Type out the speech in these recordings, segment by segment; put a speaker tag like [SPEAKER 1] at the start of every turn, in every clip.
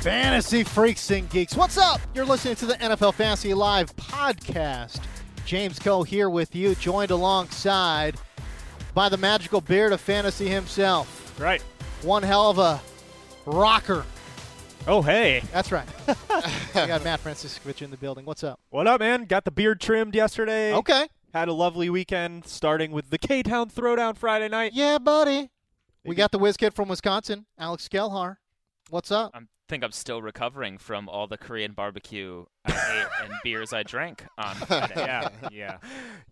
[SPEAKER 1] Fantasy freaks and geeks, what's up? You're listening to the NFL Fantasy Live podcast. James Coe here with you, joined alongside by the magical beard of fantasy himself.
[SPEAKER 2] Right.
[SPEAKER 1] One hell of a rocker.
[SPEAKER 2] Oh, hey.
[SPEAKER 1] That's right. we got Matt Franciscovich in the building. What's up?
[SPEAKER 2] What up, man? Got the beard trimmed yesterday.
[SPEAKER 1] Okay.
[SPEAKER 2] Had a lovely weekend, starting with the K Town Throwdown Friday night.
[SPEAKER 1] Yeah, buddy. We got the whiz kid from Wisconsin, Alex Gelhar. What's up?
[SPEAKER 3] I think I'm still recovering from all the Korean barbecue I ate and beers I drank on Friday.
[SPEAKER 2] Yeah, yeah.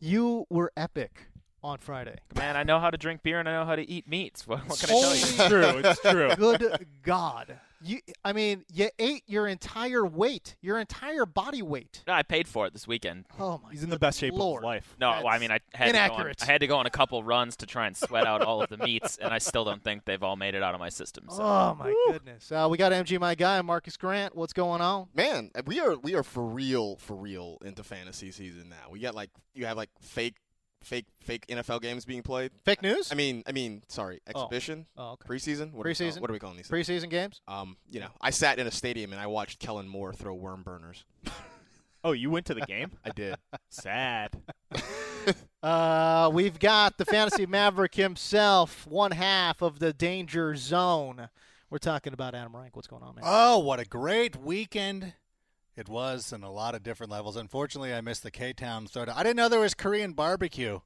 [SPEAKER 1] You were epic on Friday.
[SPEAKER 3] Man, I know how to drink beer and I know how to eat meats. What, what can I tell
[SPEAKER 1] Holy
[SPEAKER 3] you?
[SPEAKER 2] It's true. It's true.
[SPEAKER 1] Good God. You I mean, you ate your entire weight, your entire body weight.
[SPEAKER 3] No, I paid for it this weekend.
[SPEAKER 1] Oh my
[SPEAKER 2] He's in the best shape of
[SPEAKER 1] Lord.
[SPEAKER 2] his life.
[SPEAKER 3] No, well, I
[SPEAKER 1] That's
[SPEAKER 3] mean, I had, to go on,
[SPEAKER 1] inaccurate.
[SPEAKER 3] I had to go on a couple runs to try and sweat out all of the meats, and I still don't think they've all made it out of my system. So.
[SPEAKER 1] Oh my goodness. Uh, we got MG my guy, Marcus Grant. What's going on?
[SPEAKER 4] Man, uh, we are we are for real, for real into fantasy season now. We got like you have like fake, fake, fake NFL games being played.
[SPEAKER 1] Fake news?
[SPEAKER 4] I mean, I mean, sorry, exhibition,
[SPEAKER 1] oh, okay.
[SPEAKER 4] preseason, what are we call-
[SPEAKER 1] Preseason?
[SPEAKER 4] what are we calling these? things?
[SPEAKER 1] Preseason games?
[SPEAKER 4] um, you know, I sat in a stadium and I watched Kellen Moore throw worm burners.
[SPEAKER 2] Oh, you went to the game?
[SPEAKER 4] I did.
[SPEAKER 2] Sad.
[SPEAKER 1] Uh, we've got the fantasy maverick himself, one half of the danger zone. We're talking about Adam Rank. What's going on, man?
[SPEAKER 5] Oh, what a great weekend it was in a lot of different levels. Unfortunately, I missed the K Town throwdown. I didn't know there was Korean barbecue.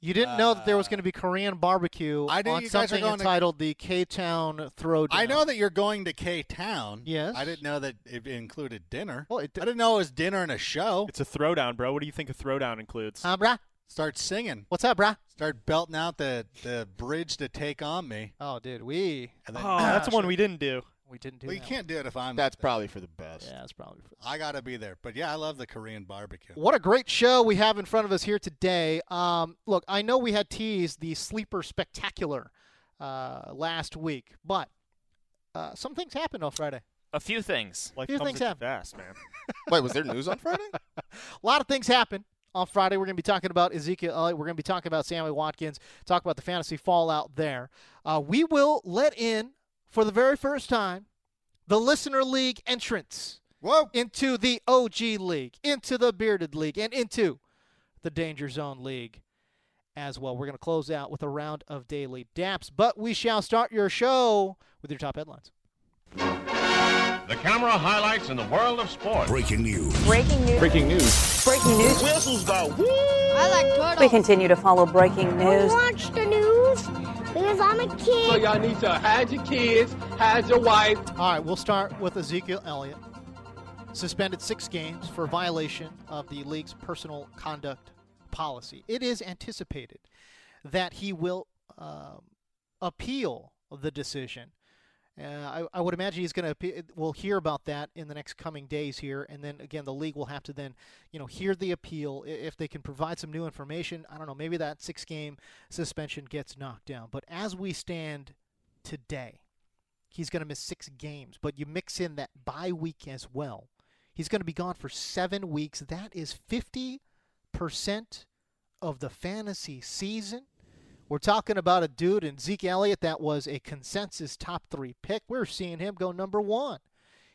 [SPEAKER 1] you didn't know that there was going to be Korean barbecue
[SPEAKER 5] Uh, I knew
[SPEAKER 1] on
[SPEAKER 5] you guys were
[SPEAKER 1] something
[SPEAKER 5] going to-
[SPEAKER 1] entitled the K Town Throwdown.
[SPEAKER 5] I know that you're going to K Town.
[SPEAKER 1] Yes.
[SPEAKER 5] I didn't know that it included dinner.
[SPEAKER 1] Well, it d-
[SPEAKER 5] I didn't know it was dinner and a show.
[SPEAKER 2] It's a throwdown, bro. What do you think a throwdown includes?
[SPEAKER 1] Uh, brah.
[SPEAKER 5] Start singing.
[SPEAKER 1] What's up, brah?
[SPEAKER 5] Start belting out the, the bridge to take on me.
[SPEAKER 1] Oh, dude, we
[SPEAKER 5] And then,
[SPEAKER 2] oh, that's one we didn't do.
[SPEAKER 1] we didn't do
[SPEAKER 5] well, you
[SPEAKER 1] that. one.
[SPEAKER 5] can't do it if I'm.
[SPEAKER 4] That's probably for the best.
[SPEAKER 1] Yeah, that's probably. for-
[SPEAKER 5] I got to be there. But yeah, I love the Korean barbecue.
[SPEAKER 1] What a great show we have in front of us here today. Um, look, I know we had teased the sleeper spectacular uh, last week, but uh, some things happened on Friday.
[SPEAKER 3] A few things.
[SPEAKER 2] Life
[SPEAKER 1] Few
[SPEAKER 2] comes
[SPEAKER 1] things
[SPEAKER 2] at you
[SPEAKER 1] happen.
[SPEAKER 2] fast, man.
[SPEAKER 4] Wait, was there news on Friday?
[SPEAKER 1] A lot of things happen on Friday. We're going to be talking about Ezekiel Elliott. We're going to be talking about Sammy Watkins. Talk about the fantasy fallout there. Uh, we will let in for the very first time the listener league entrance
[SPEAKER 5] Whoa.
[SPEAKER 1] into the OG league, into the bearded league, and into the danger zone league as well. We're going to close out with a round of daily daps, but we shall start your show with your top headlines.
[SPEAKER 6] The camera highlights in the world of sports.
[SPEAKER 7] Breaking news.
[SPEAKER 8] Breaking news. Breaking news. Breaking news.
[SPEAKER 6] Whistles go woo!
[SPEAKER 8] I like turtles.
[SPEAKER 9] We continue to follow breaking news.
[SPEAKER 8] watch the news because I'm a kid.
[SPEAKER 6] So y'all need to hide your kids, hide your wife.
[SPEAKER 1] All right, we'll start with Ezekiel Elliott. Suspended six games for violation of the league's personal conduct policy. It is anticipated that he will um, appeal the decision. Uh, I, I would imagine he's going to. We'll hear about that in the next coming days here, and then again, the league will have to then, you know, hear the appeal I- if they can provide some new information. I don't know. Maybe that six-game suspension gets knocked down. But as we stand today, he's going to miss six games. But you mix in that bye week as well. He's going to be gone for seven weeks. That is fifty percent of the fantasy season. We're talking about a dude in Zeke Elliott that was a consensus top three pick. We're seeing him go number one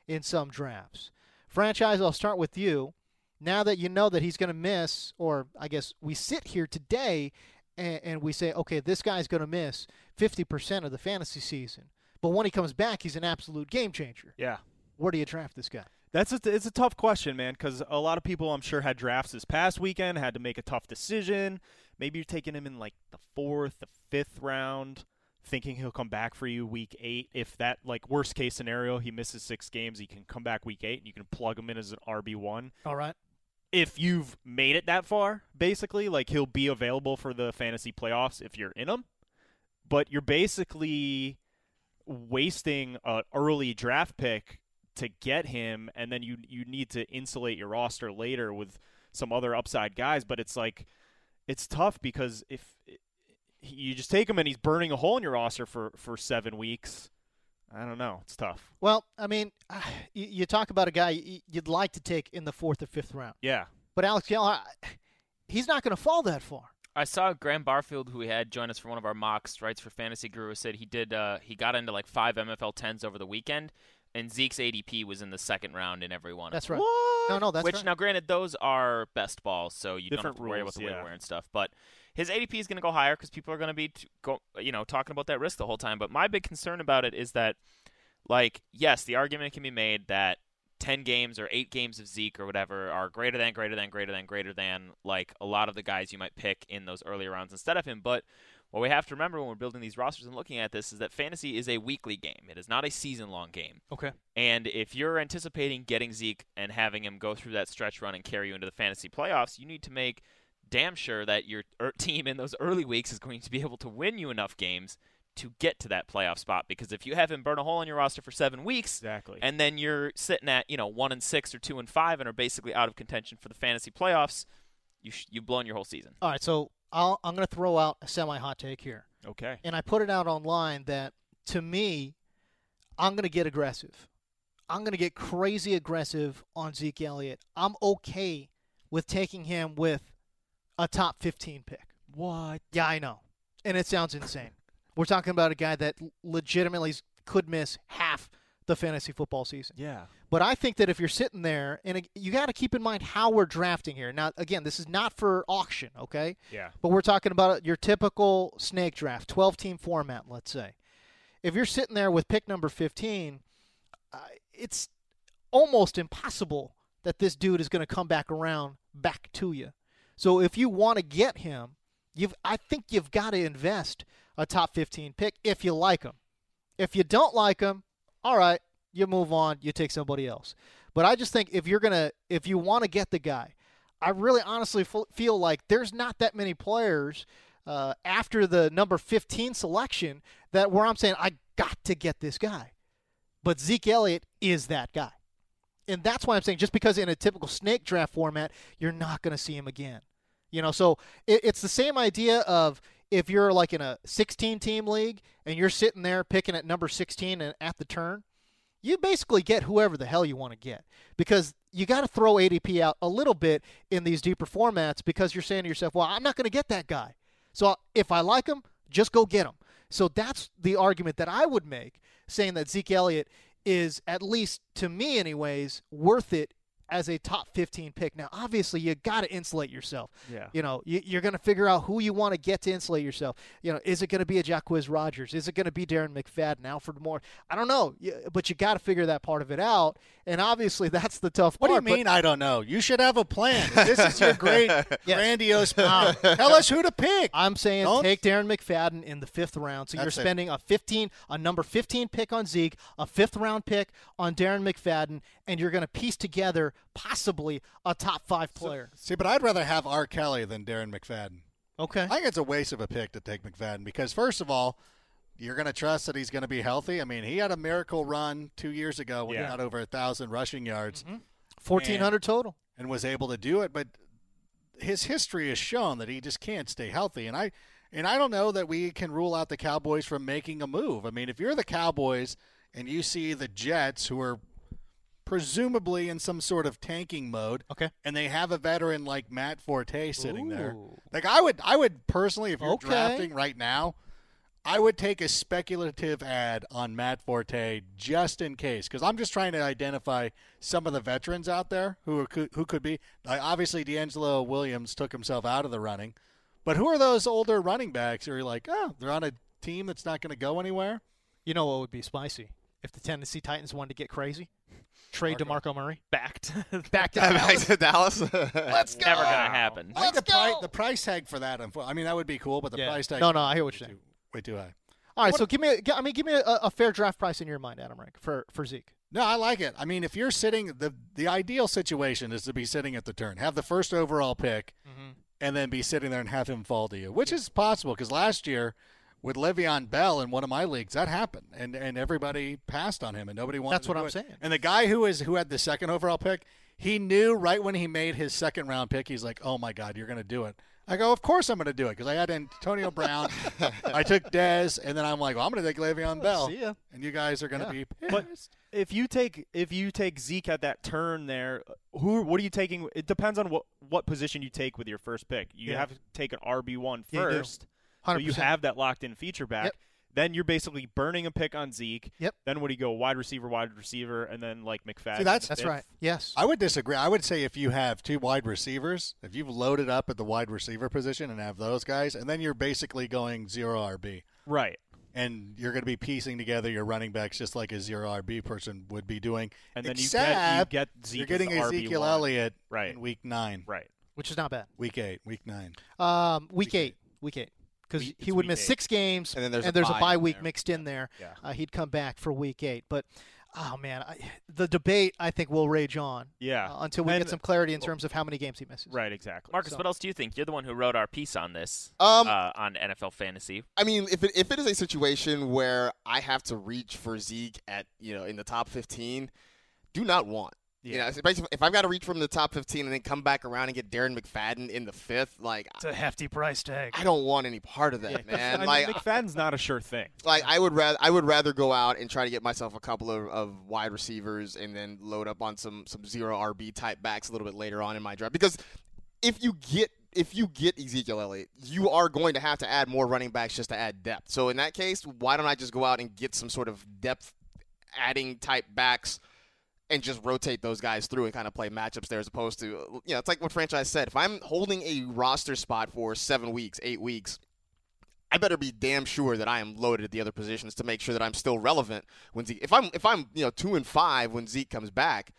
[SPEAKER 1] in some drafts. Franchise, I'll start with you. Now that you know that he's going to miss, or I guess we sit here today and, and we say, okay, this guy's going to miss 50% of the fantasy season. But when he comes back, he's an absolute game changer.
[SPEAKER 2] Yeah.
[SPEAKER 1] Where do you draft this guy?
[SPEAKER 2] That's a, it's a tough question, man, because a lot of people I'm sure had drafts this past weekend, had to make a tough decision. Maybe you're taking him in like the fourth, the fifth round, thinking he'll come back for you week eight. If that like worst case scenario, he misses six games, he can come back week eight, and you can plug him in as an RB one.
[SPEAKER 1] All right.
[SPEAKER 2] If you've made it that far, basically, like he'll be available for the fantasy playoffs if you're in them, but you're basically wasting an early draft pick to get him, and then you you need to insulate your roster later with some other upside guys. But it's like it's tough because if you just take him and he's burning a hole in your roster for for seven weeks, I don't know. It's tough.
[SPEAKER 1] Well, I mean, ah, you, you talk about a guy y- you'd like to take in the fourth or fifth round.
[SPEAKER 2] Yeah.
[SPEAKER 1] But Alex Gallo, he's not going to fall that far.
[SPEAKER 3] I saw Graham Barfield, who we had join us for one of our mocks, writes for Fantasy Guru, said he did uh, he got into like five MFL tens over the weekend, and Zeke's ADP was in the second round in every one. of
[SPEAKER 1] That's
[SPEAKER 3] them.
[SPEAKER 1] right. No, no, that's
[SPEAKER 3] Which
[SPEAKER 1] right.
[SPEAKER 3] now, granted, those are best balls, so you
[SPEAKER 2] Different
[SPEAKER 3] don't have to worry
[SPEAKER 2] rules,
[SPEAKER 3] about the weight
[SPEAKER 2] yeah.
[SPEAKER 3] aware and stuff. But his ADP is going to go higher because people are going to be t- go, you know talking about that risk the whole time. But my big concern about it is that, like, yes, the argument can be made that ten games or eight games of Zeke or whatever are greater than greater than greater than greater than like a lot of the guys you might pick in those earlier rounds instead of him, but what we have to remember when we're building these rosters and looking at this is that fantasy is a weekly game. It is not a season long game.
[SPEAKER 1] Okay.
[SPEAKER 3] And if you're anticipating getting Zeke and having him go through that stretch run and carry you into the fantasy playoffs, you need to make damn sure that your er, team in those early weeks is going to be able to win you enough games to get to that playoff spot. Because if you have him burn a hole in your roster for seven weeks,
[SPEAKER 2] exactly,
[SPEAKER 3] and then you're sitting at you know one and six or two and five and are basically out of contention for the fantasy playoffs, you sh- you've blown your whole season.
[SPEAKER 1] All right, so I'll, I'm going to throw out a semi hot take here.
[SPEAKER 2] Okay.
[SPEAKER 1] And I put it out online that to me, I'm going to get aggressive. I'm going to get crazy aggressive on Zeke Elliott. I'm okay with taking him with a top 15 pick.
[SPEAKER 2] What?
[SPEAKER 1] Yeah, I know. And it sounds insane. We're talking about a guy that legitimately could miss half the fantasy football season.
[SPEAKER 2] Yeah.
[SPEAKER 1] But I think that if you're sitting there, and ag- you got to keep in mind how we're drafting here. Now, again, this is not for auction, okay?
[SPEAKER 2] Yeah.
[SPEAKER 1] But we're talking about your typical snake draft, 12 team format, let's say. If you're sitting there with pick number 15, uh, it's almost impossible that this dude is going to come back around back to you. So if you want to get him, you've I think you've got to invest a top 15 pick if you like him. If you don't like him, all right, you move on, you take somebody else. But I just think if you're going to if you want to get the guy, I really honestly f- feel like there's not that many players uh, after the number 15 selection that where I'm saying I got to get this guy. But Zeke Elliott is that guy. And that's why I'm saying just because in a typical snake draft format, you're not going to see him again. You know, so it, it's the same idea of if you're like in a 16 team league and you're sitting there picking at number 16 and at the turn, you basically get whoever the hell you want to get because you got to throw ADP out a little bit in these deeper formats because you're saying to yourself, well, I'm not going to get that guy. So if I like him, just go get him. So that's the argument that I would make saying that Zeke Elliott is, at least to me, anyways, worth it as a top 15 pick. Now, obviously, you got to insulate yourself.
[SPEAKER 2] Yeah.
[SPEAKER 1] You know, you, you're going to figure out who you want to get to insulate yourself. You know, is it going to be a Jacquez Rogers? Is it going to be Darren McFadden, Alfred Moore? I don't know, You- but you got to figure that part of it out. And obviously, that's the tough
[SPEAKER 5] What do you
[SPEAKER 1] part. but-
[SPEAKER 5] mean? I don't know. You should have a plan. This is your great, grandiose plan. Tell us who to pick.
[SPEAKER 1] Um, I'm saying
[SPEAKER 5] Don't-
[SPEAKER 1] take Darren McFadden in the fifth round. So you're
[SPEAKER 5] That's it.
[SPEAKER 1] spending a 15, a number 15 pick on Zeke, a fifth round pick on Darren McFadden, and you're going to piece together possibly a top five player.
[SPEAKER 5] See, but I'd rather have R. Kelly than Darren McFadden.
[SPEAKER 1] Okay.
[SPEAKER 5] I think it's a waste of a pick to take McFadden because, first of all, you're going to trust that he's going to be healthy. I mean, he had a miracle run two years ago when
[SPEAKER 1] Yeah.
[SPEAKER 5] he had over a thousand rushing yards,
[SPEAKER 1] 1,400 total.
[SPEAKER 5] and was able to do it. But his history has shown that he just can't stay healthy. And I and I don't know that we can rule out the Cowboys from making a move. I mean, if you're the Cowboys and you see the Jets who are presumably in some sort of tanking mode,
[SPEAKER 1] okay,
[SPEAKER 5] and they have a veteran like Matt Forte sitting there, like I would, I would personally, if you're
[SPEAKER 1] Okay.
[SPEAKER 5] drafting right now, I would take a speculative ad on Matt Forte just in case, because I'm just trying to identify some of the veterans out there who are, could- who could be. Like obviously, D'Angelo Williams took himself out of the running, but who are those older running backs who are like, oh, they're on a team that's not going to go anywhere?
[SPEAKER 1] You know what would be spicy? If the Tennessee Titans wanted to get crazy, trade DeMarco Murray.
[SPEAKER 3] Back to
[SPEAKER 1] Back to
[SPEAKER 4] Back
[SPEAKER 1] Dallas.
[SPEAKER 4] to Dallas.
[SPEAKER 3] Let's go. Never gonna happen.
[SPEAKER 5] I think the, pri- the price tag for that, unfo- I mean, that would be cool, but the
[SPEAKER 1] Yeah.
[SPEAKER 5] price tag
[SPEAKER 1] No, no, I hear what you're saying.
[SPEAKER 5] way too high.
[SPEAKER 1] All right, so give me, a, I mean, give me a, a fair draft price in your mind, Adam Rank, for for Zeke.
[SPEAKER 5] No, I like it. I mean, if you're sitting the the ideal situation is to be sitting at the turn, have the first overall pick,
[SPEAKER 1] Mm-hmm.
[SPEAKER 5] and then be sitting there and have him fall to you, which is possible because last year with Le'Veon Bell in one of my leagues, that happened, and and everybody passed on him, and nobody wanted.
[SPEAKER 1] That's
[SPEAKER 5] to
[SPEAKER 1] what
[SPEAKER 5] do
[SPEAKER 1] I'm
[SPEAKER 5] it.
[SPEAKER 1] saying.
[SPEAKER 5] And the guy who is who had the second overall pick, he knew right when he made his second round pick, he's like, "Oh my God, you're going to do it." I go, "Of course I'm going to do it," because I had Antonio Brown, I took Dez, and then I'm like, "Well, I'm going to take Le'Veon Bell,"
[SPEAKER 1] See ya.
[SPEAKER 5] and you guys are going to be
[SPEAKER 2] But if you take if you take Zeke at that turn there, who what are you taking? It depends on what what position you take with your first pick. You
[SPEAKER 1] Yeah.
[SPEAKER 2] have to take an RB one
[SPEAKER 1] Yeah, you do.
[SPEAKER 2] first, so you
[SPEAKER 1] 100%.
[SPEAKER 2] have that locked in feature back.
[SPEAKER 1] Yep.
[SPEAKER 2] Then you're basically burning a pick on Zeke.
[SPEAKER 1] Yep.
[SPEAKER 2] Then would he go wide receiver, wide receiver, and then like McFadden?
[SPEAKER 5] that's-
[SPEAKER 1] That's
[SPEAKER 2] fifth?
[SPEAKER 1] right. Yes.
[SPEAKER 5] I would disagree. I would say if you have two wide receivers, if you've loaded up at the wide receiver position and have those guys, and then you're basically going zero RB,
[SPEAKER 2] Right.
[SPEAKER 5] and you're going to be piecing together your running backs just like a zero RB person would be doing.
[SPEAKER 2] And then you get- you
[SPEAKER 5] Except
[SPEAKER 2] get Zeke
[SPEAKER 5] you're
[SPEAKER 2] as
[SPEAKER 5] getting
[SPEAKER 2] the RB1.
[SPEAKER 5] Ezekiel Elliott
[SPEAKER 2] Right.
[SPEAKER 5] in week nine,
[SPEAKER 2] Right.
[SPEAKER 1] Which is not bad.
[SPEAKER 5] week eight, week nine.
[SPEAKER 1] Um, week eight, week eight, because
[SPEAKER 2] Week-
[SPEAKER 1] he
[SPEAKER 2] it's
[SPEAKER 1] would
[SPEAKER 2] week
[SPEAKER 1] miss
[SPEAKER 2] eight.
[SPEAKER 1] six games,
[SPEAKER 4] And then there's a
[SPEAKER 1] there's a
[SPEAKER 4] bye
[SPEAKER 1] bye
[SPEAKER 4] in
[SPEAKER 1] week
[SPEAKER 4] there.
[SPEAKER 1] mixed in there.
[SPEAKER 2] Yeah.
[SPEAKER 1] Uh, he'd come back for week eight, but oh man, I, the debate I think will rage on.
[SPEAKER 2] Yeah.
[SPEAKER 1] uh, until we
[SPEAKER 2] And-
[SPEAKER 1] get some clarity in terms of how many games he misses.
[SPEAKER 2] Right. Exactly.
[SPEAKER 3] Marcus,
[SPEAKER 1] So-
[SPEAKER 3] what else do you think? You're the one who wrote our piece on this
[SPEAKER 4] Um,
[SPEAKER 3] uh, on NFL Fantasy.
[SPEAKER 4] I mean, if it, if it is a situation where I have to reach for Zeke at you know in the top fifteen, do not want. You know, especially if I've got to reach from the top fifteen and then come back around and get Darren McFadden in the fifth, like
[SPEAKER 1] It's a hefty price tag.
[SPEAKER 4] I don't want any part of that,
[SPEAKER 2] I
[SPEAKER 4] man.
[SPEAKER 2] mean,
[SPEAKER 4] like,
[SPEAKER 2] McFadden's not a sure thing.
[SPEAKER 4] like I would rather I would rather go out and try to get myself a couple of, of wide receivers and then load up on some some zero RB type backs a little bit later on in my draft because if you get if you get Ezekiel Elliott, you are going to have to add more running backs just to add depth. So in that case, why don't I just go out and get some sort of depth adding type backs and just rotate those guys through and kind of play matchups there as opposed to you know, it's like what franchise said. If I'm holding a roster spot for seven weeks, eight weeks, I better be damn sure that I am loaded at the other positions to make sure that I'm still relevant when Zeke. If I'm if I'm you know two and five when Zeke comes back,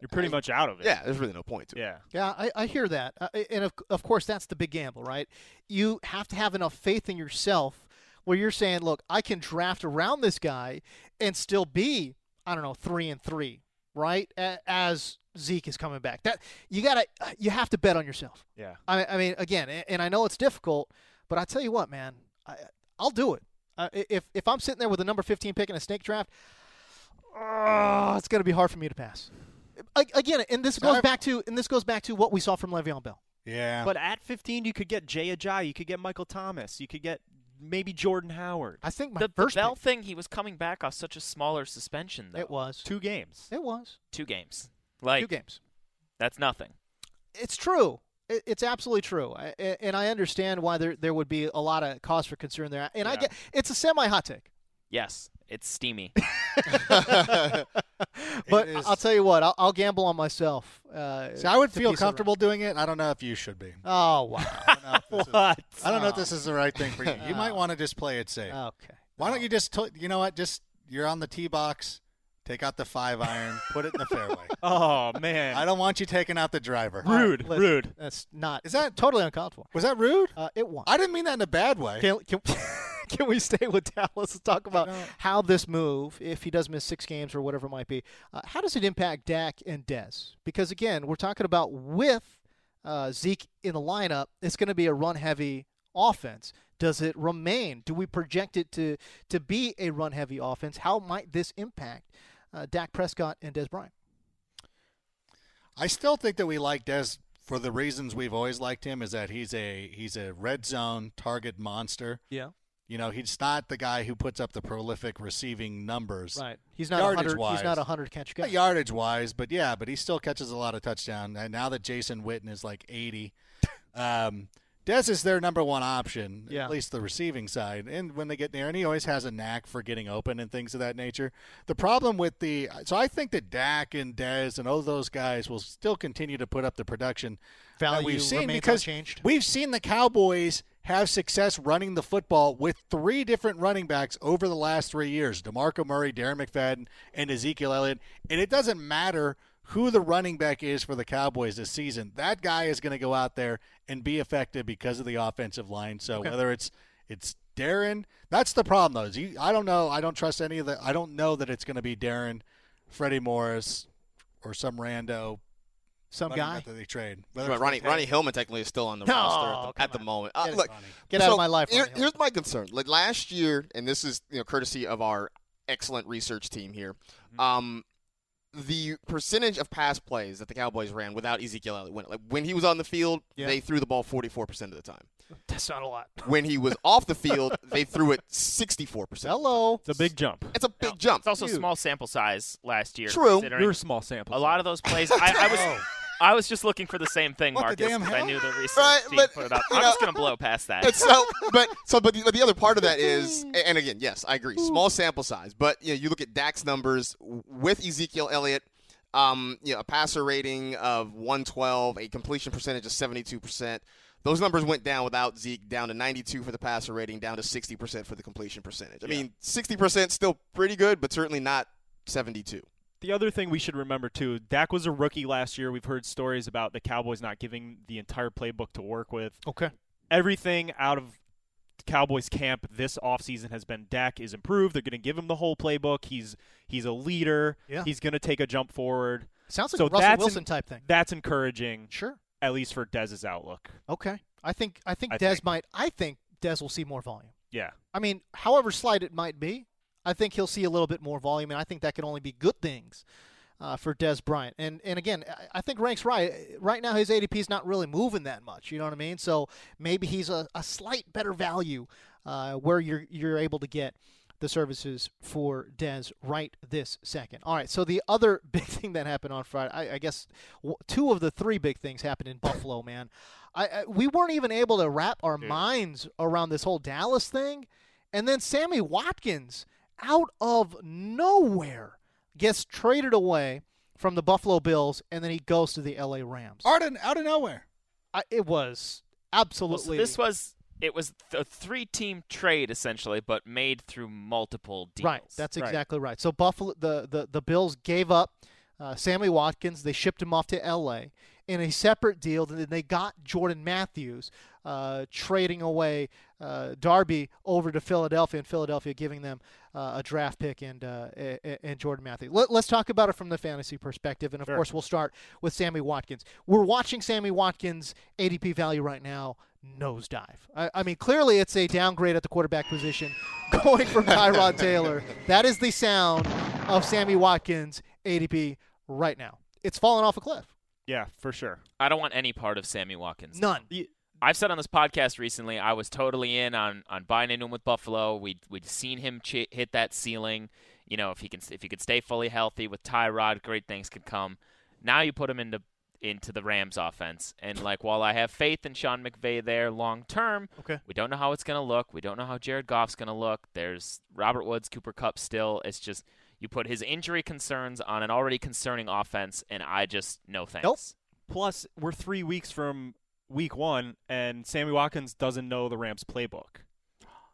[SPEAKER 2] You're pretty much out of it.
[SPEAKER 4] yeah, there's really no point to it.
[SPEAKER 2] Yeah.
[SPEAKER 1] Yeah, I, I hear that. Uh, and of, of course, that's the big gamble, right? You have to have enough faith in yourself where you're saying, look, I can draft around this guy and still be, I don't know, three and three, right? A- As Zeke is coming back. That you gotta, you have to bet on yourself.
[SPEAKER 2] Yeah.
[SPEAKER 1] I, I mean, again, a- and I know it's difficult, but I tell you what, man, I, I'll do it. Uh, i- if if I'm sitting there with a number 15 pick in a snake draft, oh, it's gonna be hard for me to pass. A- Again, and this goes
[SPEAKER 5] Sorry.
[SPEAKER 1] back to and this goes back to what we saw from Le'Veon Bell.
[SPEAKER 5] Yeah,
[SPEAKER 2] But at 15, you could get Jay Ajayi. You could get Michael Thomas. You could get maybe Jordan Howard.
[SPEAKER 1] I think my
[SPEAKER 3] The, the
[SPEAKER 1] first
[SPEAKER 3] Bell
[SPEAKER 1] pick-
[SPEAKER 3] thing, he was coming back off such a smaller suspension, though.
[SPEAKER 1] it was
[SPEAKER 2] Two games.
[SPEAKER 1] it was
[SPEAKER 3] Two games. Like,
[SPEAKER 1] two games.
[SPEAKER 3] that's nothing.
[SPEAKER 1] It's true. It- It's absolutely true, I- a- and I understand why there there would be a lot of cause for concern there. And I
[SPEAKER 3] Yeah.
[SPEAKER 1] get it's a semi hot take,
[SPEAKER 3] Yes, it's steamy.
[SPEAKER 1] but
[SPEAKER 5] is.
[SPEAKER 1] I'll tell you what, I'll, I'll gamble on myself. Uh,
[SPEAKER 5] so I would
[SPEAKER 1] to
[SPEAKER 5] feel
[SPEAKER 1] piece it around.
[SPEAKER 5] comfortable doing it. I don't know if you should be.
[SPEAKER 1] Oh wow!
[SPEAKER 5] I don't know if this is,
[SPEAKER 2] What?
[SPEAKER 5] I don't know if this is the right thing for you. You might
[SPEAKER 1] Oh.
[SPEAKER 5] want to just play it safe.
[SPEAKER 1] okay.
[SPEAKER 5] Why don't you just, t- you know what, just you're on the tee box, take out the five iron, put it in the fairway.
[SPEAKER 2] Oh, man.
[SPEAKER 5] I don't want you taking out the driver.
[SPEAKER 2] Rude,
[SPEAKER 1] Listen,
[SPEAKER 2] rude.
[SPEAKER 1] That's not.
[SPEAKER 5] Is that-
[SPEAKER 1] totally uncalled for?
[SPEAKER 5] Was that rude?
[SPEAKER 1] Uh, it won.
[SPEAKER 5] I didn't mean that in a bad way.
[SPEAKER 1] Can, can, Can we stay with Dallas? Let's talk about how this move, if he does miss six games or whatever it might be, uh, how does it impact Dak and Dez? Because again, we're talking about with uh, Zeke in the lineup, it's going to be a run-heavy offense. Does it remain? Do we project it to to be a run-heavy offense? How might this impact uh, Dak Prescott and Des Bryant?
[SPEAKER 5] I still think that we like Des for the reasons we've always liked him is that he's a he's a red zone target monster.
[SPEAKER 1] Yeah.
[SPEAKER 5] You know, he's not the guy who puts up the prolific receiving numbers.
[SPEAKER 1] Right. He's not a
[SPEAKER 5] yardage
[SPEAKER 1] 100
[SPEAKER 5] wise.
[SPEAKER 1] he's not a 100 catch guy.
[SPEAKER 5] Yardage wise, but yeah, but he still catches a lot of touchdown. And now that Jason Witten is like 80, um, Des is their number one option,
[SPEAKER 1] Yeah.
[SPEAKER 5] at least the receiving side. And when they get there, and he always has a knack for getting open and things of that nature. The problem with the so I think that Dak and Des and all those guys will still continue to put up the production that
[SPEAKER 1] Value
[SPEAKER 5] we've seen
[SPEAKER 1] remains
[SPEAKER 5] because
[SPEAKER 1] unchanged.
[SPEAKER 5] we've seen the Cowboys have success running the football with three different running backs over the last three years DeMarco Murray, Darren McFadden, and Ezekiel Elliott. And it doesn't matter who the running back is for the Cowboys this season. That guy is going to go out there and be effective because of the offensive line. So whether it's it's Darren, that's the problem though. Is you, I don't know. I don't trust any of the. I don't know that it's going to be Darren, Freddie Morris, or some rando
[SPEAKER 1] Some
[SPEAKER 5] running
[SPEAKER 1] guy.
[SPEAKER 5] back that they trade. Whether
[SPEAKER 4] But
[SPEAKER 5] it's
[SPEAKER 4] Ronnie,
[SPEAKER 5] Montana-
[SPEAKER 4] Ronnie Hillman technically is still on the
[SPEAKER 1] No,
[SPEAKER 4] roster at the, at the
[SPEAKER 1] come on.
[SPEAKER 4] moment. Uh,
[SPEAKER 1] Get it,
[SPEAKER 4] look,
[SPEAKER 1] Ronnie. Get out of
[SPEAKER 4] so
[SPEAKER 1] my life,
[SPEAKER 4] here-
[SPEAKER 1] Ronnie Hillman.
[SPEAKER 4] here's my concern. Like last year, and this is you know courtesy of our excellent research team here.
[SPEAKER 2] Mm-hmm.
[SPEAKER 4] Um, the percentage of pass plays that the Cowboys ran without Ezekiel Elliott, when, like when he was on the field,
[SPEAKER 1] Yeah.
[SPEAKER 4] they threw the ball 44 percent of the time.
[SPEAKER 1] That's not a lot.
[SPEAKER 4] When he was off the field, they threw it 64 percent.
[SPEAKER 1] Hello.
[SPEAKER 2] It's a big jump.
[SPEAKER 4] It's a big jump.
[SPEAKER 3] It's also
[SPEAKER 4] Huge.
[SPEAKER 3] small sample size last year.
[SPEAKER 4] True.
[SPEAKER 3] considering
[SPEAKER 2] You're a small sample.
[SPEAKER 3] a lot of those plays. I, I was
[SPEAKER 1] Oh.
[SPEAKER 3] I was just looking for the same thing,
[SPEAKER 5] What
[SPEAKER 3] Marcus,
[SPEAKER 5] the damn
[SPEAKER 3] because I
[SPEAKER 5] hell?
[SPEAKER 3] knew the research
[SPEAKER 4] Right,
[SPEAKER 3] team
[SPEAKER 4] but,
[SPEAKER 3] put it up.
[SPEAKER 4] you
[SPEAKER 3] I'm just
[SPEAKER 4] know,
[SPEAKER 3] gonna blow past that.
[SPEAKER 4] And so, but so, but the, but the other part of that is, a- and again, yes, I agree. Small sample size, but you know, you look at Dak's numbers w- with Ezekiel Elliott. Um, you know, a passer rating of 112, a completion percentage of 72 percent. Those numbers went down without Zeke, down to 92 for the passer rating, down to 60 percent for the completion percentage. I mean, 60 percent still pretty good, but certainly not 72.
[SPEAKER 2] The other thing we should remember too, Dak was a rookie last year. We've heard stories about the Cowboys not giving the entire playbook to work with.
[SPEAKER 1] Okay.
[SPEAKER 2] Everything out of Cowboys camp this offseason has been Dak is improved. They're going to give him the whole playbook. He's he's a leader.
[SPEAKER 1] Yeah.
[SPEAKER 2] He's going to take a jump forward.
[SPEAKER 1] Sounds like
[SPEAKER 2] So
[SPEAKER 1] a Russell
[SPEAKER 2] that's
[SPEAKER 1] Wilson
[SPEAKER 2] an-
[SPEAKER 1] type thing.
[SPEAKER 2] That's encouraging,
[SPEAKER 1] Sure.
[SPEAKER 2] at least for Dez's outlook.
[SPEAKER 1] Okay. I think I think
[SPEAKER 2] I
[SPEAKER 1] Des
[SPEAKER 2] think.
[SPEAKER 1] might I think Des will see more volume.
[SPEAKER 2] Yeah.
[SPEAKER 1] I mean, however slight it might be, I think he'll see a little bit more volume, and I think that can only be good things uh, for Des Bryant. And and again, I- I think Rank's right. Right now, his ADP is not really moving that much. You know what I mean? So maybe he's a, a slight better value uh, where you're you're able to get the services for Des right this second. All right. So the other big thing that happened on Friday, I, I guess w- two of the three big things happened in Buffalo, man. I, I we weren't even able to wrap our minds around this whole Dallas thing, and then Sammy Watkins out of nowhere gets traded away from the Buffalo Bills, and then he goes to the L.A. Rams.
[SPEAKER 5] Out of, out of nowhere.
[SPEAKER 1] I, it was
[SPEAKER 3] Well, so
[SPEAKER 1] absolutely
[SPEAKER 3] this was it was a three-team trade essentially, but made through multiple deals.
[SPEAKER 1] Right, that's exactly right. So Buffalo, the the, the Bills gave up uh, Sammy Watkins. They shipped him off to L.A. in a separate deal, and then they got Jordan Matthews, uh, trading away uh, Darby over to Philadelphia, and Philadelphia giving them uh, a draft pick and uh, a- a- and Jordan Matthews. Let, let's talk about it from the fantasy perspective, and of course we'll start with Sammy Watkins. We're watching Sammy Watkins' ADP value right now nosedive. I, I mean, clearly it's a downgrade at the quarterback position, going from Tyrod Taylor. That is the sound of Sammy Watkins' ADP right now. It's fallen off a cliff.
[SPEAKER 2] Yeah, for sure.
[SPEAKER 3] I don't want any part of Sammy Watkins.
[SPEAKER 1] None.
[SPEAKER 3] I've said on this podcast recently, I was totally in on, on buying into him with Buffalo. We'd we'd seen him ch- hit that ceiling. You know, if he can if he could stay fully healthy with Tyrod, great things could come. Now you put him into into the Rams offense, and like while I have faith in Sean McVay there long term,
[SPEAKER 1] Okay.
[SPEAKER 3] we don't know how it's gonna look. We don't know how Jared Goff's gonna look. There's Robert Woods, Cooper Cup still. It's just you put his injury concerns on an already concerning offense, and I just no thanks.
[SPEAKER 2] Plus, we're 3 weeks from week 1 and Sammy Watkins doesn't know the Rams playbook.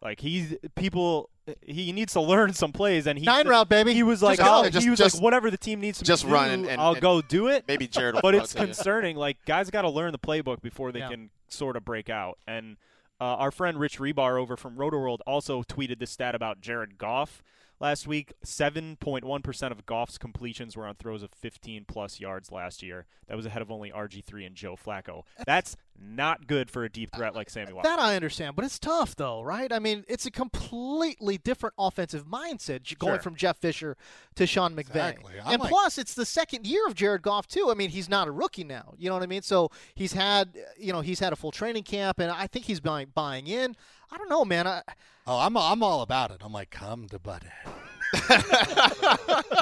[SPEAKER 2] Like he's people he needs to learn some plays and he
[SPEAKER 1] Nine route, baby.
[SPEAKER 2] He was like,
[SPEAKER 4] Just go.
[SPEAKER 2] oh,
[SPEAKER 4] Just-
[SPEAKER 2] he was
[SPEAKER 4] just-
[SPEAKER 2] like, whatever the team needs to
[SPEAKER 4] just
[SPEAKER 2] do,
[SPEAKER 4] run and- and-
[SPEAKER 2] I'll
[SPEAKER 4] and-
[SPEAKER 2] go do it.
[SPEAKER 4] Maybe Jared. Will
[SPEAKER 2] But it's
[SPEAKER 4] tell you.
[SPEAKER 2] concerning. Like guys got to learn the playbook before they
[SPEAKER 1] Yeah.
[SPEAKER 2] can sort of break out. And Uh, our friend Rich Rebar over from RotoWorld also tweeted this stat about Jared Goff last week. 7.1% of Goff's completions were on throws of 15 plus yards last year. That was ahead of only RG3 and Joe Flacco. That's not good for a deep threat like Sammy Watkins.
[SPEAKER 1] That I understand, but it's tough though, right? I mean, it's a completely different offensive mindset j- going
[SPEAKER 2] Sure.
[SPEAKER 1] from Jeff Fisher to Sean McVay.
[SPEAKER 5] Exactly. I'm
[SPEAKER 1] And
[SPEAKER 5] like-
[SPEAKER 1] plus, it's the second year of Jared Goff too. I mean, he's not a rookie now. You know what I mean? So he's had, you know, he's had a full training camp, and I think he's buying buying in. I don't know, man. I,
[SPEAKER 5] Oh, I'm I'm all about it. I'm like, come to Butthead.